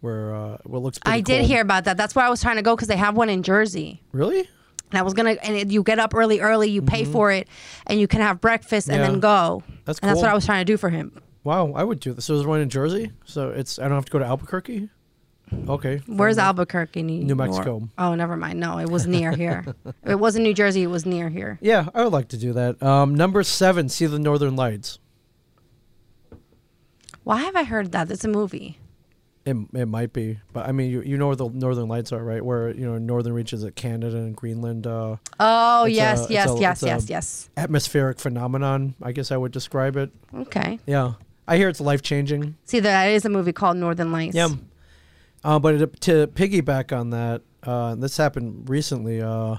where uh, what looks. Pretty I did cool. hear about that. That's why I was trying to go because they have one in Jersey. Really? and I was gonna and it, you get up early early you pay for it and you can have breakfast and Mm-hmm. Yeah. then go That's and that's what cool. I was trying to do for him Wow, I would do this. So there's one in Jersey. So it's I don't have to go to Albuquerque. Okay. where's Albuquerque New, New Mexico. oh never mind no it was near here If it wasn't New Jersey it was near here Yeah, I would like to do that. Um, number seven, see the Northern Lights. why have I heard that it's a movie It, it might be, but I mean, you, you know where the Northern Lights are, right? Where you know northern reaches of Canada and Greenland. Uh, oh It's a- yes it's yes a- yes it's a- yes yes atmospheric phenomenon, I guess I would describe it. okay Yeah, I hear it's life changing. see there is a movie called Northern Lights Yeah. Uh, but it, to piggyback on that, uh, this happened recently. Uh,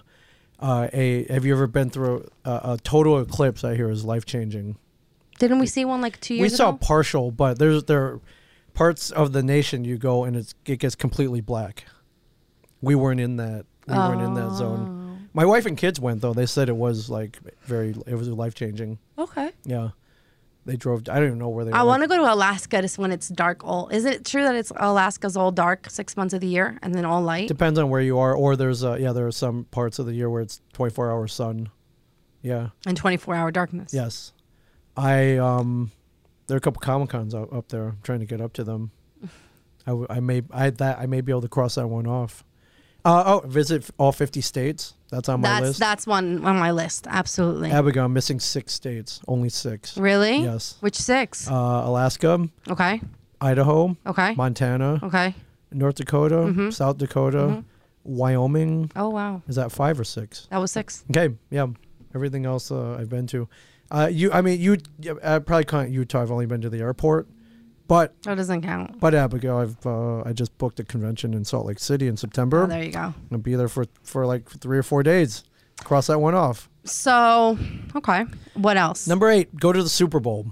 uh, a have you ever been through a, a total eclipse? I hear is life changing. didn't we see one like two years We saw ago partial, but there's there are parts of the nation you go and it's it gets completely black. We weren't in that. We weren't in that zone. My wife and kids went though. They said it was like very. It was life changing. okay Yeah, they drove. I don't even know where they. I were. want to go to Alaska just when it's dark all is it true that it's Alaska's all dark six months of the year and then all light Depends on where you are, or there's uh, yeah, there are some parts of the year where it's 24 hour sun. Yeah. and 24 hour darkness Yes. I um, there are a couple comic cons up, up there. I'm trying to get up to them. I, w- I may I that I may be able to cross that one off. Uh, oh, visit f- all 50 states. That's on my That's list. that's one on my list. Absolutely. Abigail, I'm missing six states. Only six. really? Yes. Which six? Uh, Alaska, okay. Idaho, Okay. Montana, Okay. Mm-hmm. North Dakota, South Dakota, Wyoming. Oh wow, Is that five or six? that was six. Okay, yeah. Everything else uh, I've been to. Uh, you, I mean, you. I probably can't Utah. I've only been to the airport, but That doesn't count. but Abigail, I've uh, I just booked a convention in Salt Lake City in September. Oh, there you go. I'll be there for for like three or four days. Cross that one off. So, okay. What else? Number eight, go to the Super Bowl.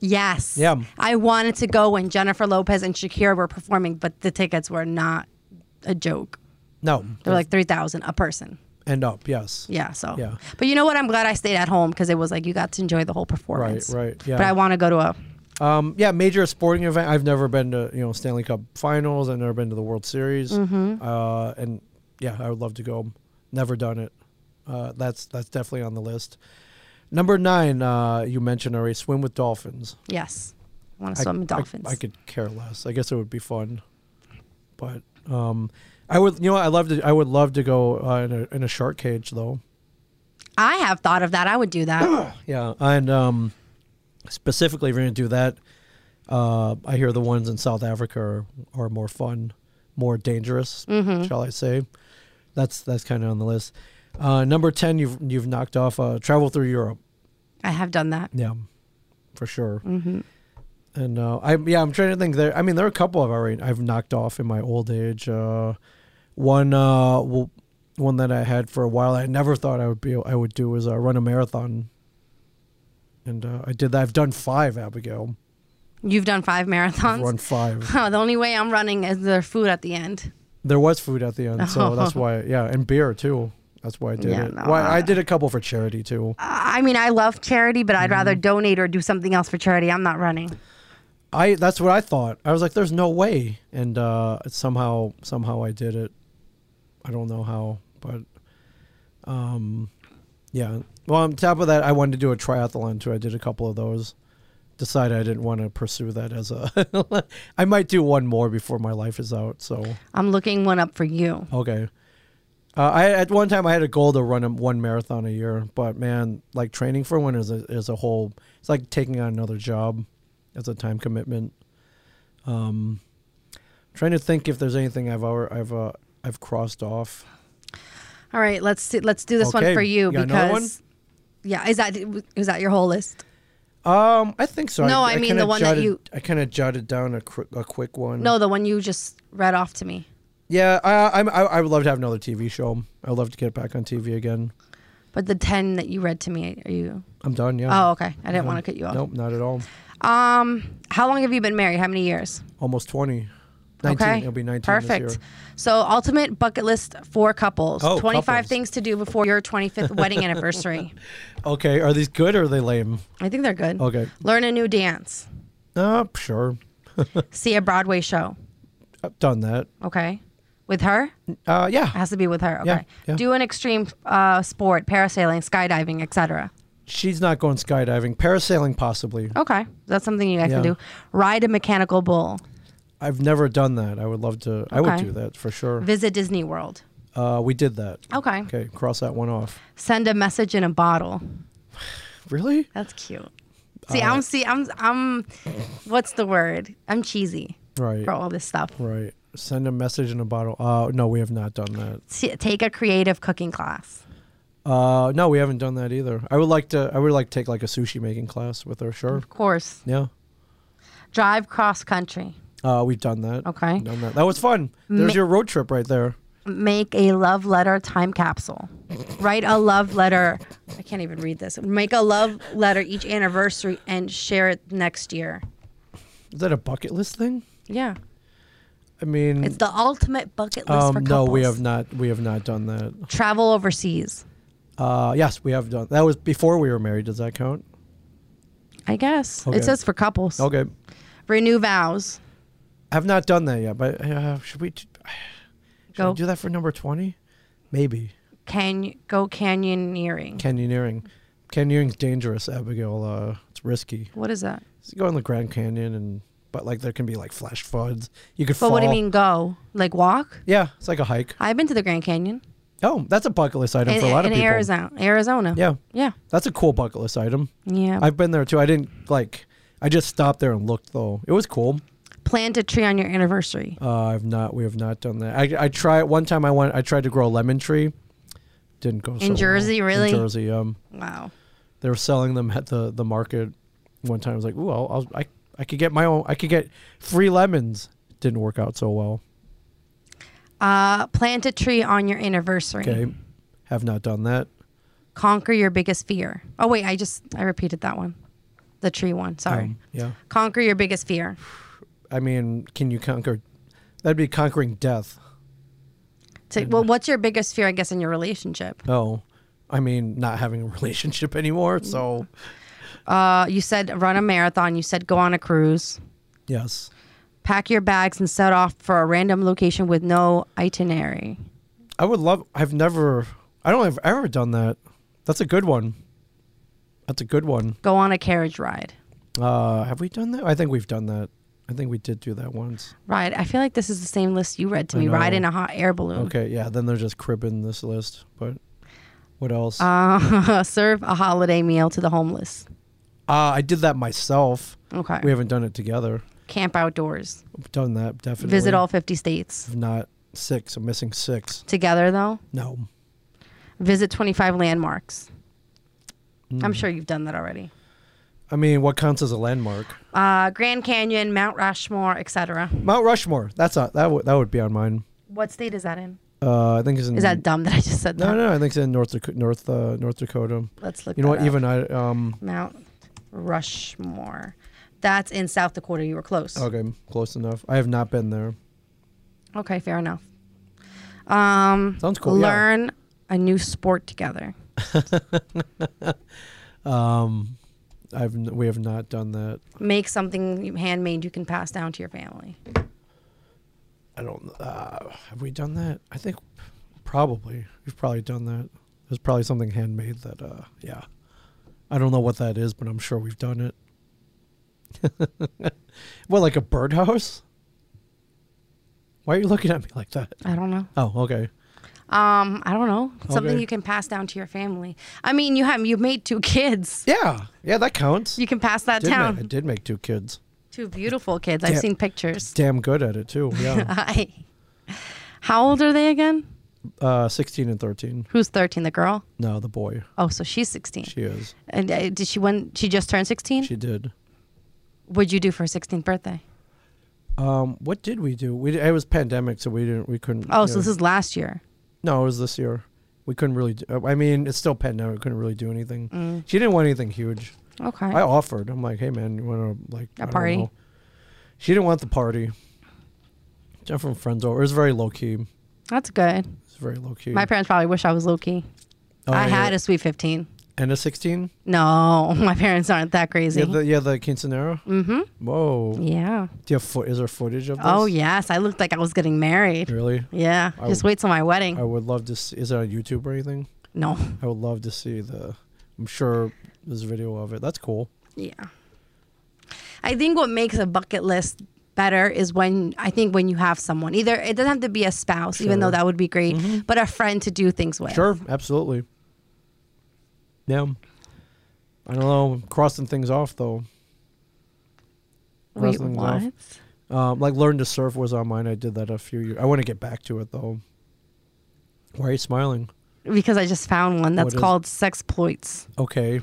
yes. Yeah. I wanted to go when Jennifer Lopez and Shakira were performing, but the tickets were not a joke. No, They were like three thousand a person. end up. Yes. Yeah. So. Yeah. But you know what? I'm glad I stayed at home because it was like you got to enjoy the whole performance. right, yeah. But I want to go to a. Um, yeah, major sporting event. I've never been to you know Stanley Cup Finals. I've never been to the World Series. Mm-hmm. Uh, and yeah, I would love to go. Never done it. Uh, that's that's definitely on the list. Number nine, uh, you mentioned already, swim with dolphins. Yes. I want I- to swim with I- dolphins. I, could care less. I guess it would be fun, but um, I would. You know, what? I love to. I would love to go uh, in a in a shark cage though. I have thought of that. I would do that. Yeah, and um, specifically, if you're going to do that, uh, I hear the ones in South Africa are, are more fun, more dangerous, shall I say? That's that's kind of on the list. Uh, number ten, you've you've knocked off uh, travel through Europe. I have done that. Yeah, for sure. Mm-hmm. And uh, I yeah, I'm trying to think. There, I mean, there are a couple I've already I've knocked off in my old age. Uh, one uh, w- one that I had for a while, I never thought I would be I would do was uh, run a marathon. And uh, I did that. I've done five, Abigail. You've done five I've run marathons. five. Oh, the only way I'm running is their food at the end. There was food at the end, so that's why. Yeah, and beer too. That's why I did Yeah, it. no, Why I, I- did a couple for charity too. I I mean, I love charity, but I'd rather Mm-hmm. donate or do something else for charity. I'm not running. I that's what I thought. I was like, "There's no way," and uh, somehow somehow I did it. I don't know how, but um, yeah. Well, on top of that, I wanted to do a triathlon too. I did a couple of those. Decided I didn't want to pursue that as a. I might do one more before my life is out. So I'm looking one up for you. okay. Uh, I at one time I had a goal to run a, one marathon a year, but man, like training for one is a is a whole. It's like taking on another job. It's a time commitment. Um, trying to think if there's anything I've ever I've uh, I've crossed off. All right, let's see, let's do this Okay, one for you, you got another one? because yeah, is that is that your whole list? Um, I think so. No, I mean the kinda one that jotted- you- I kind of jotted down a, cr- a quick one. No, the one you just read off to me. Yeah, I, I'm- I I would love to have another TV show. I would love to get back on TV again. But the ten that you read to me, are you? I'm done. Yeah. Oh, okay. I didn't want to cut you off. Nope, not at all. Um, how long have you been married? How many years? Almost 20. 19. okay. It'll be 19 this Perfect. year. So, ultimate bucket list for couples. Oh, 25 couples. things to do before your 25th wedding anniversary. Okay, are these good or are they lame? I think they're good. Okay. Learn a new dance. Uh, sure. See a Broadway show. I've done that. Okay. With her? It Uh, yeah. has to be with her. Okay. Yeah, yeah. Do an extreme uh, sport, parasailing, skydiving, etc. She's not going skydiving. Parasailing, possibly. Okay. That's something you guys can Yeah. do. Ride a mechanical bull. I've never done that. I would love to. I would Okay. do that for sure. Visit Disney World. Uh, we did that. Okay. Okay, cross that one off. Send a message in a bottle. Really? That's cute. See, Uh, I'm see, I'm I'm. What's the word? I'm cheesy Right. for all this stuff. Right. Send a message in a bottle. Uh, no, we have not done that. T- take a creative cooking class. Uh, no, we haven't done that either. I would like to. I would like to take like a sushi making class with her. Sure. Of course, Yeah. drive cross country. Uh, we've done that. Okay. Done that. That was fun. There's your road trip right there. Make a love letter time capsule. Write a love letter. I can't even read this. Make a love letter each anniversary and share it next year. Is that a bucket list thing? Yeah, I mean, it's the ultimate bucket list for um, no, couples. we have not. We have not done that. travel overseas. Uh, yes, we have done. That was before we were married. Does that count? I guess Okay. it says for couples. Okay. Renew vows. I've not done that yet. But uh, should we? Should Go we do that for number twenty? Maybe can go canyoneering. canyoneering. Canyoneering's dangerous, Abigail. Uh, it's risky. What is that? So you go in the Grand Canyon and but like there can be like flash floods. You could But fall. what do you mean go? Like walk? Yeah, it's like a hike. I've been to the Grand Canyon Oh, that's a bucket list item in, for a lot in of people. Arizona. Arizona. Yeah. Yeah. That's a cool bucket list item. Yeah. I've been there too. I didn't like I just stopped there and looked though. It was cool. Plant a tree on your anniversary. Uh, I've not we have not done that. I I tried one time I went I tried to grow a lemon tree. Didn't go so well. Jersey, really? In Jersey, um Wow. they were selling them at the, the market one time. I was like, ooh, I'll, I'll, I I could get my own I could get free lemons. Didn't work out so well. Uh, plant a tree on your anniversary. Okay. Have not done that. Conquer your biggest fear. Oh wait, I just I repeated that one. The tree one. Sorry. Um, yeah. Conquer your biggest fear. I mean, can you conquer? That'd be conquering death. To, well, what's your biggest fear? I guess in your relationship. Oh, I mean, not having a relationship anymore. So, Uh, you said run a marathon. You said go on a cruise. yes. Pack your bags and set off for a random location with no itinerary. I would love, I've never, I don't have ever done that. That's a good one. That's a good one. Go on a carriage ride. Uh, have we done that? I think we've done that. I think we did do that once. Ride. I feel like this is the same list you read to I me. Ride know. in a hot air balloon. Okay. Yeah. Then they're just cribbing this list. But what else? Uh, serve a holiday meal to the homeless. uh, I did that myself. Okay. We haven't done it together. Camp outdoors. We've done that definitely. Visit all 50 states. Not six. I'm missing six. Together, though, No. visit 25 landmarks. Hmm. I'm sure you've done that already. I mean, what counts as a landmark? Uh, Grand Canyon, Mount Rushmore, etc. Mount Rushmore. That's a, that would that would be on mine. What state is that in? Uh, I think it's in. Is that dumb that I just said that? No, no. I think it's in North Dakota, North uh, North Dakota. Let's look You know that what? up. Even I um. Mount Rushmore. That's in South Dakota. You were close. Okay, close enough. I have not been there. Okay, fair enough. Um, Sounds cool, yeah. Learn a new sport together. I've n- we have not done that. Make something you- handmade you can pass down to your family. I don't. Uh, have we done that? I think probably we've probably done that. It was probably something handmade that, uh, yeah. I don't know what that is, but I'm sure we've done it. what, like a birdhouse? Why are you looking at me like that? I don't know. Oh, okay. Um, I don't know. Something Okay. you can pass down to your family. I mean, you have you made two kids. Yeah, yeah, that counts. You can pass that did ma- down. I did make two kids. Two beautiful kids. I've Damn- seen pictures. Damn good at it too. Yeah, Hi. How old are they again? uh, sixteen and thirteen. Who's 13? The girl? No, the boy. Oh, so she's 16. She is. and uh, did she when she just turned 16? She did. What'd you do for her 16th birthday? Um, what did we do? We d- it was pandemic, so we didn't. We couldn't. Oh, you so know- this is last year. no. It was this year. We couldn't really. Do, I mean, it's still pandemic. We couldn't really do anything. Mm. She didn't want anything huge. Okay. I offered. I'm like, hey man, you want to like A I don't party? know." She didn't want the party. Jeff from friends over. It was very low key. It That's good. was very low key. My parents probably wish I was low key. Oh, I yeah. had a sweet 15. and a sixteen. No, my parents aren't that crazy. Yeah, Yeah. the, yeah, the quinceanera. Mm-hmm. Whoa. Do you have foot? Is there footage of this? Oh, yes. I looked like I was getting married. Really? Yeah. I Just w- wait till my wedding. I would love to. See, is it on YouTube or anything? no. I would love to see the. I'm sure there's video of it. That's cool. Yeah. I think what makes a bucket list better is when I think when you have someone, either it doesn't have to be a spouse, even though Sure. Mm-hmm. that would be great, but a friend to do things with. Sure, absolutely. Yeah. I don't know. Crossing things off though. Wait, Crossing things what? Um, like learn to surf was on mine. I did that a few years. I want to get back to it though. Why are you smiling? Because I just found one What that's is- called sexploits. Okay.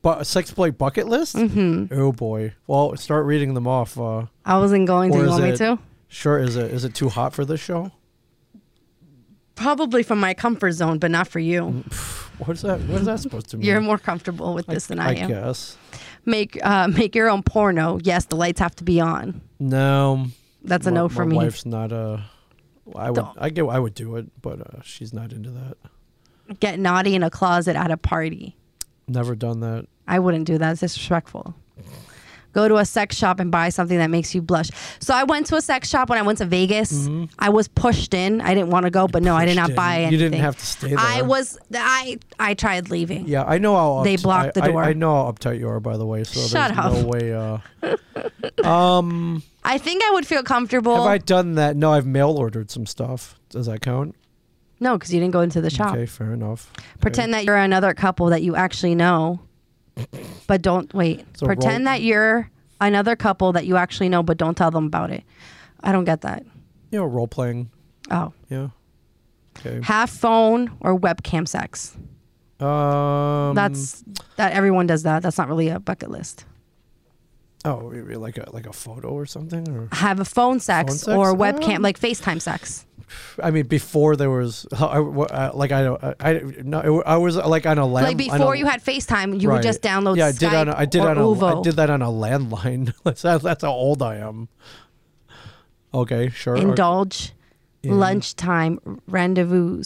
But a sex play bucket list? Mm-hmm. Oh boy. Well, start reading them off. Uh, I wasn't going to. Or You is want me it- to? sure. Is it is it too hot for this show? Probably from my comfort zone, but not for you. What is that? What is that supposed to mean? You're more comfortable with this than I, Mm-hmm. I am. guess. Make uh, make your own porno. Yes, the lights have to be on. No. That's a my- no for my me. wife's not a. I would. Don't. I get. I would do it, but uh, she's not into that. Get naughty in a closet at a party. Never done that. I wouldn't do that. It's disrespectful. Go to a sex shop and buy something that makes you blush. So I went to a sex shop when I went to Vegas. I was pushed in. I didn't want to go, but no, I did Mm-hmm. not pushed buy in. anything. You didn't have to stay I there. was. I I tried leaving. Yeah, I know how. They upt- blocked I- the I- door. I, know how uptight you are, by the way. So Shut there's up. no way. Uh, um, I think I would feel comfortable. have I done that? No, I've mail ordered some stuff. Does that count? no, because you didn't go into the shop. Okay, fair enough. Pretend that you're another couple that you actually know, but don't wait. So Pretend roll- that you're another couple that you actually know, but don't tell them about it. I don't get that. You know, role playing. Oh, Yeah. Okay. have phone or webcam sex. Um. That's that everyone does that. That's not really a bucket list. Oh, maybe like a like a photo or something, or Have a phone sex, Phone sex? or webcam, Um, like FaceTime sex. I mean, before there was, I, I, like I don't, I, I no, I was like on a land. Like on before a- you had FaceTime, you would Right. just download. Yeah, I Skype did on. A, I did or on. A, Uvo. I did that on a landline. that's, how- that's how old I am. Okay, sure. or- indulge lunchtime rendezvous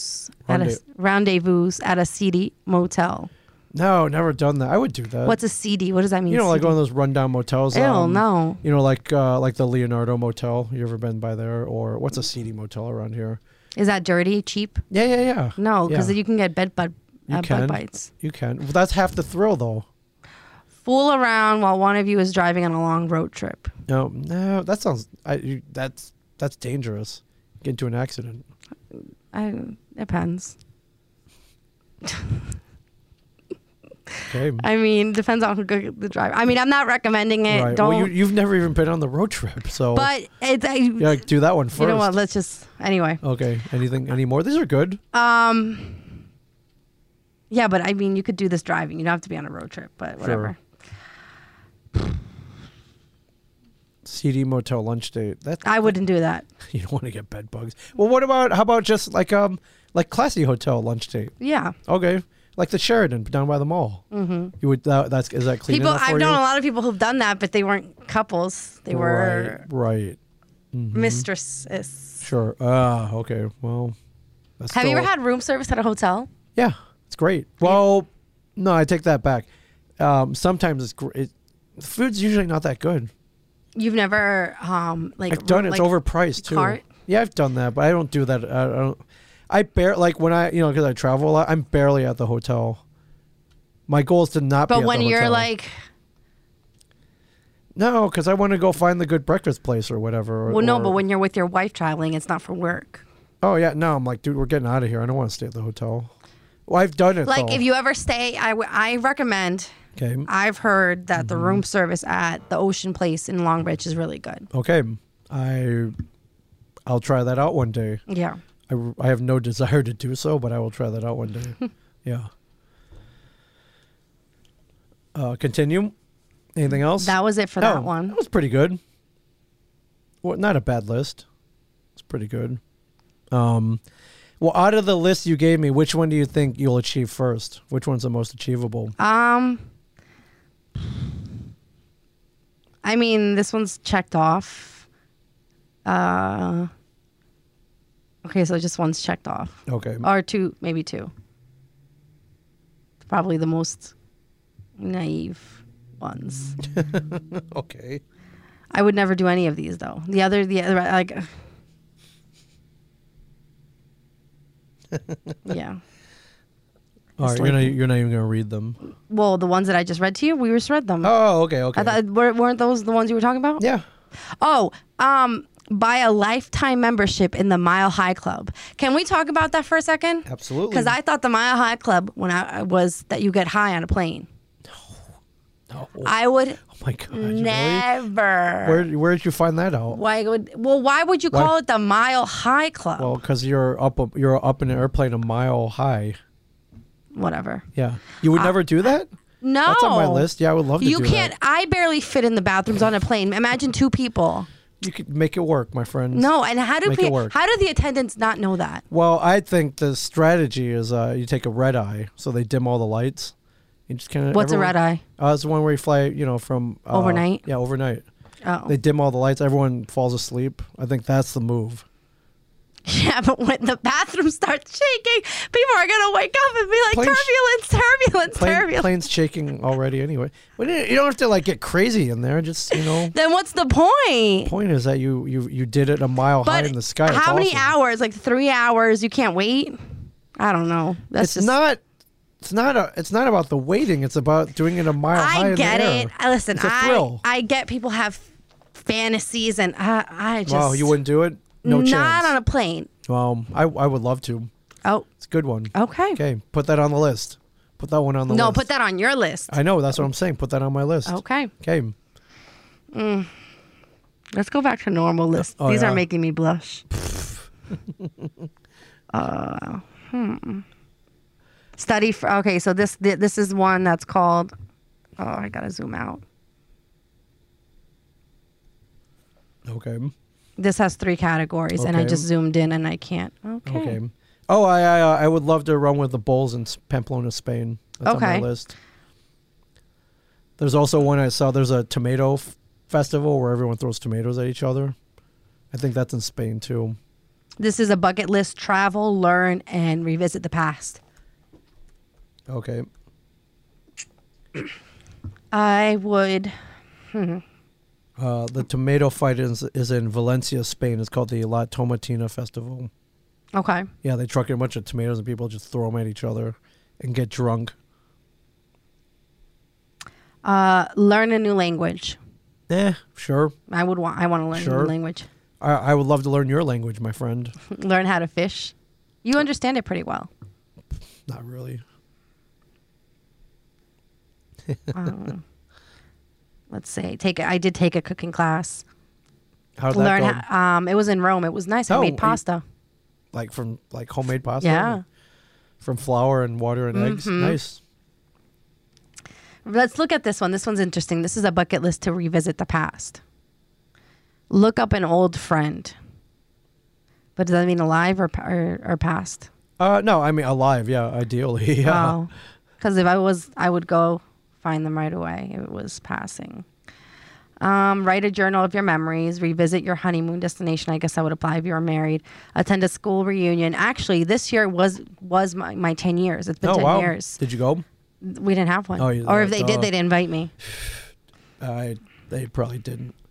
at a rendezvous at a seedy motel. no, never done that. I would do that. What's a seedy? What does that mean? Uh, you know, like seedy? one of those rundown motels. Ew, um, no. You know, like uh, like the Leonardo Motel. You ever been by there? Or what's a seedy motel around here? is that dirty, cheap? Yeah, yeah, yeah. No, because Yeah. you can get bed bug, You uh, can. bug bites. You can. Well, that's half the thrill, though. Fool around while one of you is driving on a long road trip. No, no, that sounds. I you, that's that's dangerous. Get into an accident. I, depends. Okay. I mean, depends on who go- the driver. I mean, I'm not recommending it. right. Don't. Well, you, you've never even been on the road trip, so but it's. I, yeah, do that one first. you know what? Let's just anyway. okay. Anything? Any more? These are good. Um. Yeah, but I mean, you could do this driving. You don't have to be on a road trip, but whatever. CD motel lunch date. That I wouldn't do that. you don't want to get bed bugs. Well, what about how about just like um like classy hotel lunch date? Yeah. Okay, like the Sheridan down by the mall. Mm-hmm. You would that, that's is that clean People, enough for I've you? known a lot of people who've done that, but they weren't couples. They were Right. Mm-hmm. Right. mistresses. Sure. Ah. okay. Well. That's Have you still- ever had room service at a hotel? Yeah, it's great. Well, no, I take that back. Um, sometimes it's great. It, the food's usually not that good. You've never, um, like I've done it. like, it's overpriced too. cart? Yeah, I've done that, but I don't do that. I I don't. I bare like when I you know because I travel a lot. I'm barely at the hotel. My goal is to not. be But at when the you're hotel. like, no, because I want to go find the good breakfast place or whatever. or- well, no, or- but when you're with your wife traveling, it's not for work. oh yeah, no, I'm like, dude, we're getting out of here. I don't want to stay at the hotel. Well, I've done it. Like though. if you ever stay, I, w- I recommend. okay, I've heard that the room service at the Ocean Place in Long Beach is really good. okay, I, I'll try that out one day. Yeah. I, I have no desire to do so, but I will try that out one day. yeah. Uh, continue. Anything else? That was it for Oh, that one. That was pretty good. Well, not a bad list. It's pretty good. Um, well, out of the list you gave me, which one do you think you'll achieve first? Which one's the most achievable? Um, I mean, this one's checked off. Uh, okay, so just one's checked off, Okay. or two, maybe two. Probably the most naive ones. okay. I would never do any of these though. The other, the other, like, yeah. All right. It's You're not, like- you're not even going to read them. Well, the ones that I just read to you, we just read them. Oh, okay. Okay. I thought wer- weren't those the ones you were talking about? yeah. Oh, um, buy a lifetime membership in the Mile High Club. Can we talk about that for a second? Absolutely. Because I thought the Mile High Club when I I was that you get high on a plane. No. I would oh, my God. Really? never. Where, where did you find that out? Why would? Well, why would you Why- call it the Mile High Club? Well, because you're up a- you're up in an airplane a mile high. Whatever. Yeah. You Uh, would never do that? No. That's on my list. Yeah, I would love to You do can't. that. I barely fit in the bathrooms on a plane. Imagine two people. You could make it work, my friend. No, and how do Make it pe- work. how do the attendants not know that? Well, I think the strategy is uh, you take a red eye, so they dim all the lights. You just kind of What's a red eye? Uh, it's the one where you fly, you know, from uh, Overnight? Yeah, overnight. Oh, They dim all the lights. Everyone falls asleep. I think that's the move. Yeah, but when the bathroom starts shaking, people are gonna wake up and be like, Plane sh- turbulence, turbulence, Plane, turbulence. plane's shaking already anyway. But you you don't have to like get crazy in there. Just you know, Then what's the point? point is that you you you did it a mile high But in the sky. It's how many awesome. hours? Like three hours? You can't wait. I don't know. That's It's just not. It's not a. It's not about the waiting. It's about doing it a mile high. I in the get air. it. I listen. It's a I thrill. I get people have fantasies, and I I just wow, you wouldn't do it? No not chance. on a plane. Well, I, I would love to. Oh, It's a good one. okay. Okay, put that on the list. Put that one on the No, list. put that on your list. I know that's what I'm saying. Put that on my list. Okay, Okay. let's go back to normal list. Oh, These yeah. are making me blush. uh, hmm. hmm. Study for okay. So this thi- this is one that's called. Oh, I gotta zoom out. Okay. This has three categories, and I Okay. just zoomed in, and I can't. Okay. Okay. Oh, I, I uh, I would love to run with the Bulls in S- Pamplona, Spain. That's on Okay. my list. There's also one I saw. There's a tomato f- festival where everyone throws tomatoes at each other. I think that's in Spain too. This is a bucket list: travel, learn, and revisit the past. Okay. I would. Uh, the tomato fight is, is in Valencia, Spain. It's called the La Tomatina Festival. Okay. Yeah, they truck in a bunch of tomatoes and people just throw them at each other and get drunk. Uh, learn a new language. Eh, sure. I would want. I want to learn a Sure. new language. I, I would love to learn your language, my friend. learn how to fish. You understand it pretty well. Not really. Let's say take. A, I did take a cooking class. How did learn that go? how. Um, it was in Rome. It was nice. Oh, I you- made pasta. like from like homemade pasta. Yeah. Mm-hmm. From flour and water and eggs. Nice. Let's look at this one. This one's interesting. This is a bucket list to revisit the past. Look up an old friend. But does that mean alive or pa- or, or past? Uh, no, I mean alive. Yeah, ideally. Yeah. Because if I was, I would go find them right away if it was passing. Um, write a journal of your memories. Revisit your honeymoon destination. I guess I would apply if you were married. Attend a school reunion. Actually, this year was was my, my ten years. It's been oh ten wow. years. Did you go? We didn't have one. Oh, you- or if they uh, did, they didn't invite me. I they probably didn't.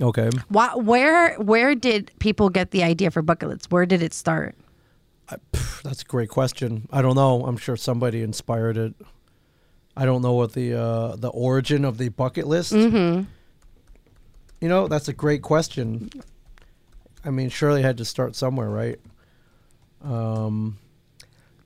Okay. Why, where where did people get the idea for bucket lists? Where did it start? That's a great question. I don't know. I'm sure somebody inspired it. I don't know what the uh, the origin of the bucket list. Mm-hmm. You know, that's a great question. I mean, surely had to start somewhere, right? Um,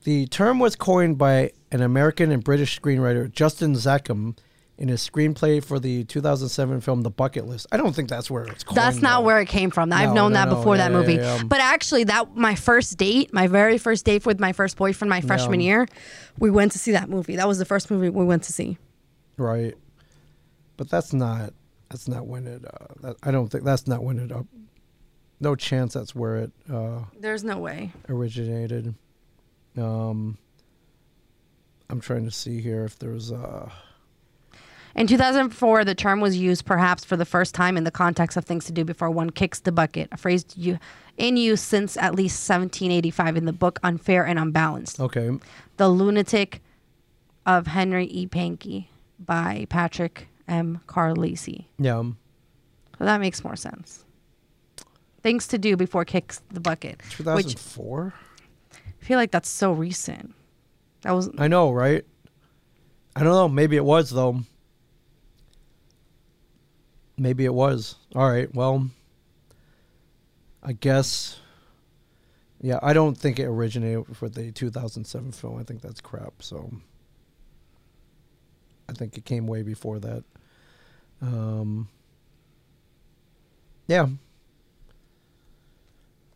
the term was coined by an American and British screenwriter Justin Zachem in his screenplay for the 2007 film The Bucket List. I don't think that's where it's coined. That's not though. where it came from. I've No, known no, that no. before Yeah, that yeah, movie. yeah. But actually, that my first date, my very first date with my first boyfriend, my freshman year, we went to see that movie. That was the first movie we went to see. right but that's not that's not when it uh that, i don't think that's not when it up no chance that's where it uh There's no way. originated um i'm trying to see here if there's uh In 2004, the term was used perhaps for the first time in the context of things to do before one kicks the bucket, a phrase you, in use since at least 1785 in the book Unfair and Unbalanced. okay The Lunatic of Henry E. Pankey by Patrick M. Carlisi. yeah um, So that makes more sense. Things to do before kicks the bucket. Which 2004 I feel like that's so recent. That was i know right i don't know maybe it was though maybe it was all right well i guess yeah i don't think it originated for the 2007 film i think that's crap so i think it came way before that um yeah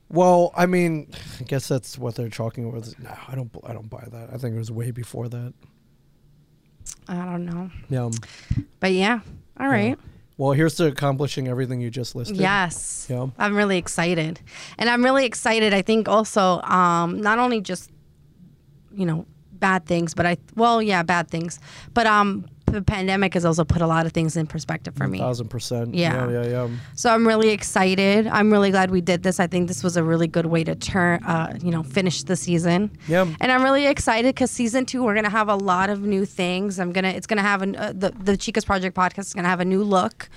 well i mean i guess that's what they're talking with no i don't i don't buy that i think it was way before that I don't know. yeah um, But yeah. All right. well here's to accomplishing everything you just listed Yes. Yeah. I'm really excited. And I'm really excited I think also um not only just you know bad things but I well yeah bad things but um the pandemic has also put a lot of things in perspective for me. thousand percent Yeah. yeah yeah, yeah. So I'm really excited. I'm really glad we did this. I think this was a really good way to turn, uh, you know, finish the season. Yeah. And I'm really excited because season two, we're gonna have a lot of new things. I'm gonna, it's gonna have an, uh, the the Chicas Project podcast is gonna have a new look,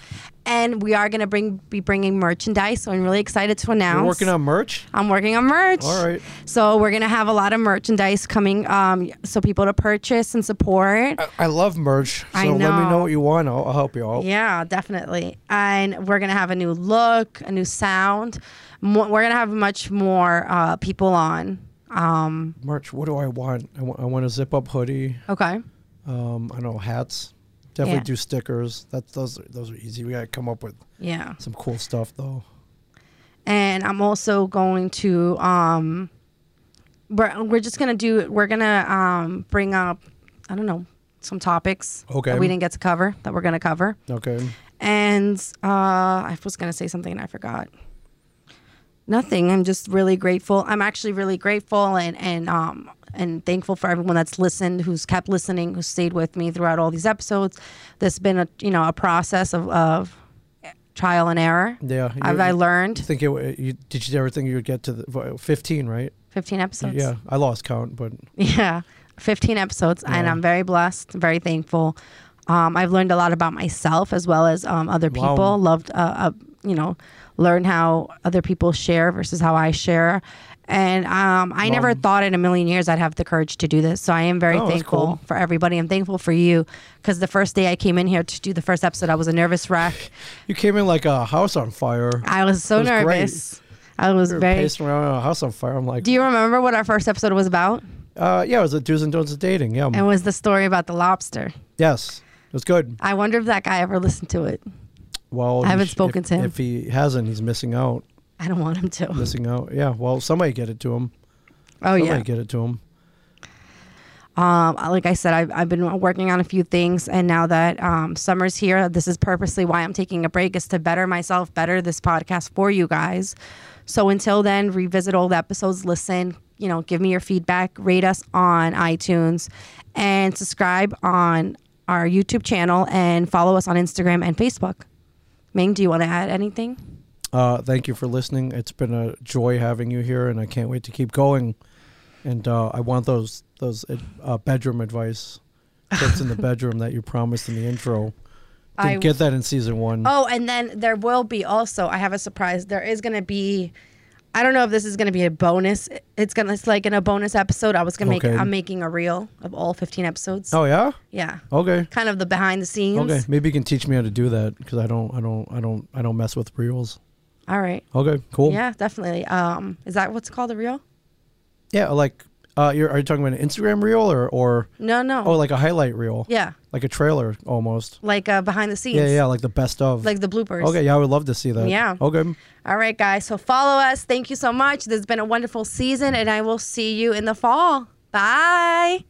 and we are gonna bring be bringing merchandise. So I'm really excited to announce. You're working on merch? I'm working on merch. All right. So we're gonna have a lot of merchandise coming, um, so people to purchase and support. I love merch. So I let me know know. what you want. I'll, I'll help you out. Yeah, definitely. And we're gonna have a new look, a new sound. Mo- we're gonna have much more uh, people on. Um, Merch, what do I want? I want, I want a zip up hoodie. okay. Um, I know hats. Definitely Yeah. do stickers. That's those are, those are easy. We gotta come up with Yeah. some cool stuff though. And I'm also going to. Um, we're we're just gonna do. We're gonna um, bring up. I don't know some topics Okay. that we didn't get to cover that we're gonna cover. Okay. And uh, I was going to say something and I forgot. Nothing. I'm just really grateful. I'm actually really grateful and and um and thankful for everyone that's listened, who's kept listening, who stayed with me throughout all these episodes. There's been a you know a process of, of trial and error. Yeah. you- Have I you learned Think it, wa- you did you ever think you would get to the, 15, right? 15 episodes? yeah. I lost count, but Yeah, 15 episodes, and I'm very blessed, very thankful. Um, I've learned a lot about myself as well as um, other Wow. people. Loved, uh, uh, you know, learn how other people share versus how I share. And um, I never thought in a million years I'd have the courage to do this. So I am very Oh, that's thankful cool. for everybody. I'm thankful for you because the first day I came in here to do the first episode, I was a nervous wreck. you came in like a house on fire. I was so It was great. nervous. I was You were very. pacing around a house on fire. I'm like, Do you remember what our first episode was about? uh, yeah, it was the do's and don'ts of dating. Yeah. It was the story about the lobster. yes. It was good. I wonder if that guy ever listened to it. Well, I he haven't sh- spoken if- to him. If he hasn't, he's missing out. I don't want him to. Missing out. Yeah. Well, somebody get it to him. Oh Somebody yeah. get it to him. Um, like I said, I've, I've been working on a few things, and now that um, summer's here, this is purposely why I'm taking a break is to better myself, better this podcast for you guys. So until then, revisit old episodes, listen, you know, give me your feedback, rate us on iTunes, and subscribe on our YouTube channel, and follow us on Instagram and Facebook. Ming, do you want to add anything? Uh, thank you for listening. It's been a joy having you here, and I can't wait to keep going. And uh, I want those those uh, bedroom advice tips in the bedroom that you promised in the intro. I Didn't get that in season one. Oh, and then there will be also. I have a surprise. There is going to be. I don't know if this is going to be a bonus. It's gonna. It's like in a bonus episode. I was gonna make. Okay. I'm making a reel of all 15 episodes. Oh, yeah. Yeah. Okay. Kind of the behind the scenes. Okay. Maybe you can teach me how to do that because I don't, I don't, I don't, I don't mess with reels. All right. Okay. Cool. Yeah, definitely. Um, is that what's called a reel? Yeah. Like, uh, you're, are you talking about an Instagram reel or, or No, no. oh, like a highlight reel? yeah, Like a trailer almost. like uh, behind the scenes. Yeah, yeah, like the best of. Like the bloopers. Okay, yeah, I would love to see that. Yeah. Okay. All right, guys. So follow us. Thank you so much. This has been a wonderful season, and I will see you in the fall. Bye.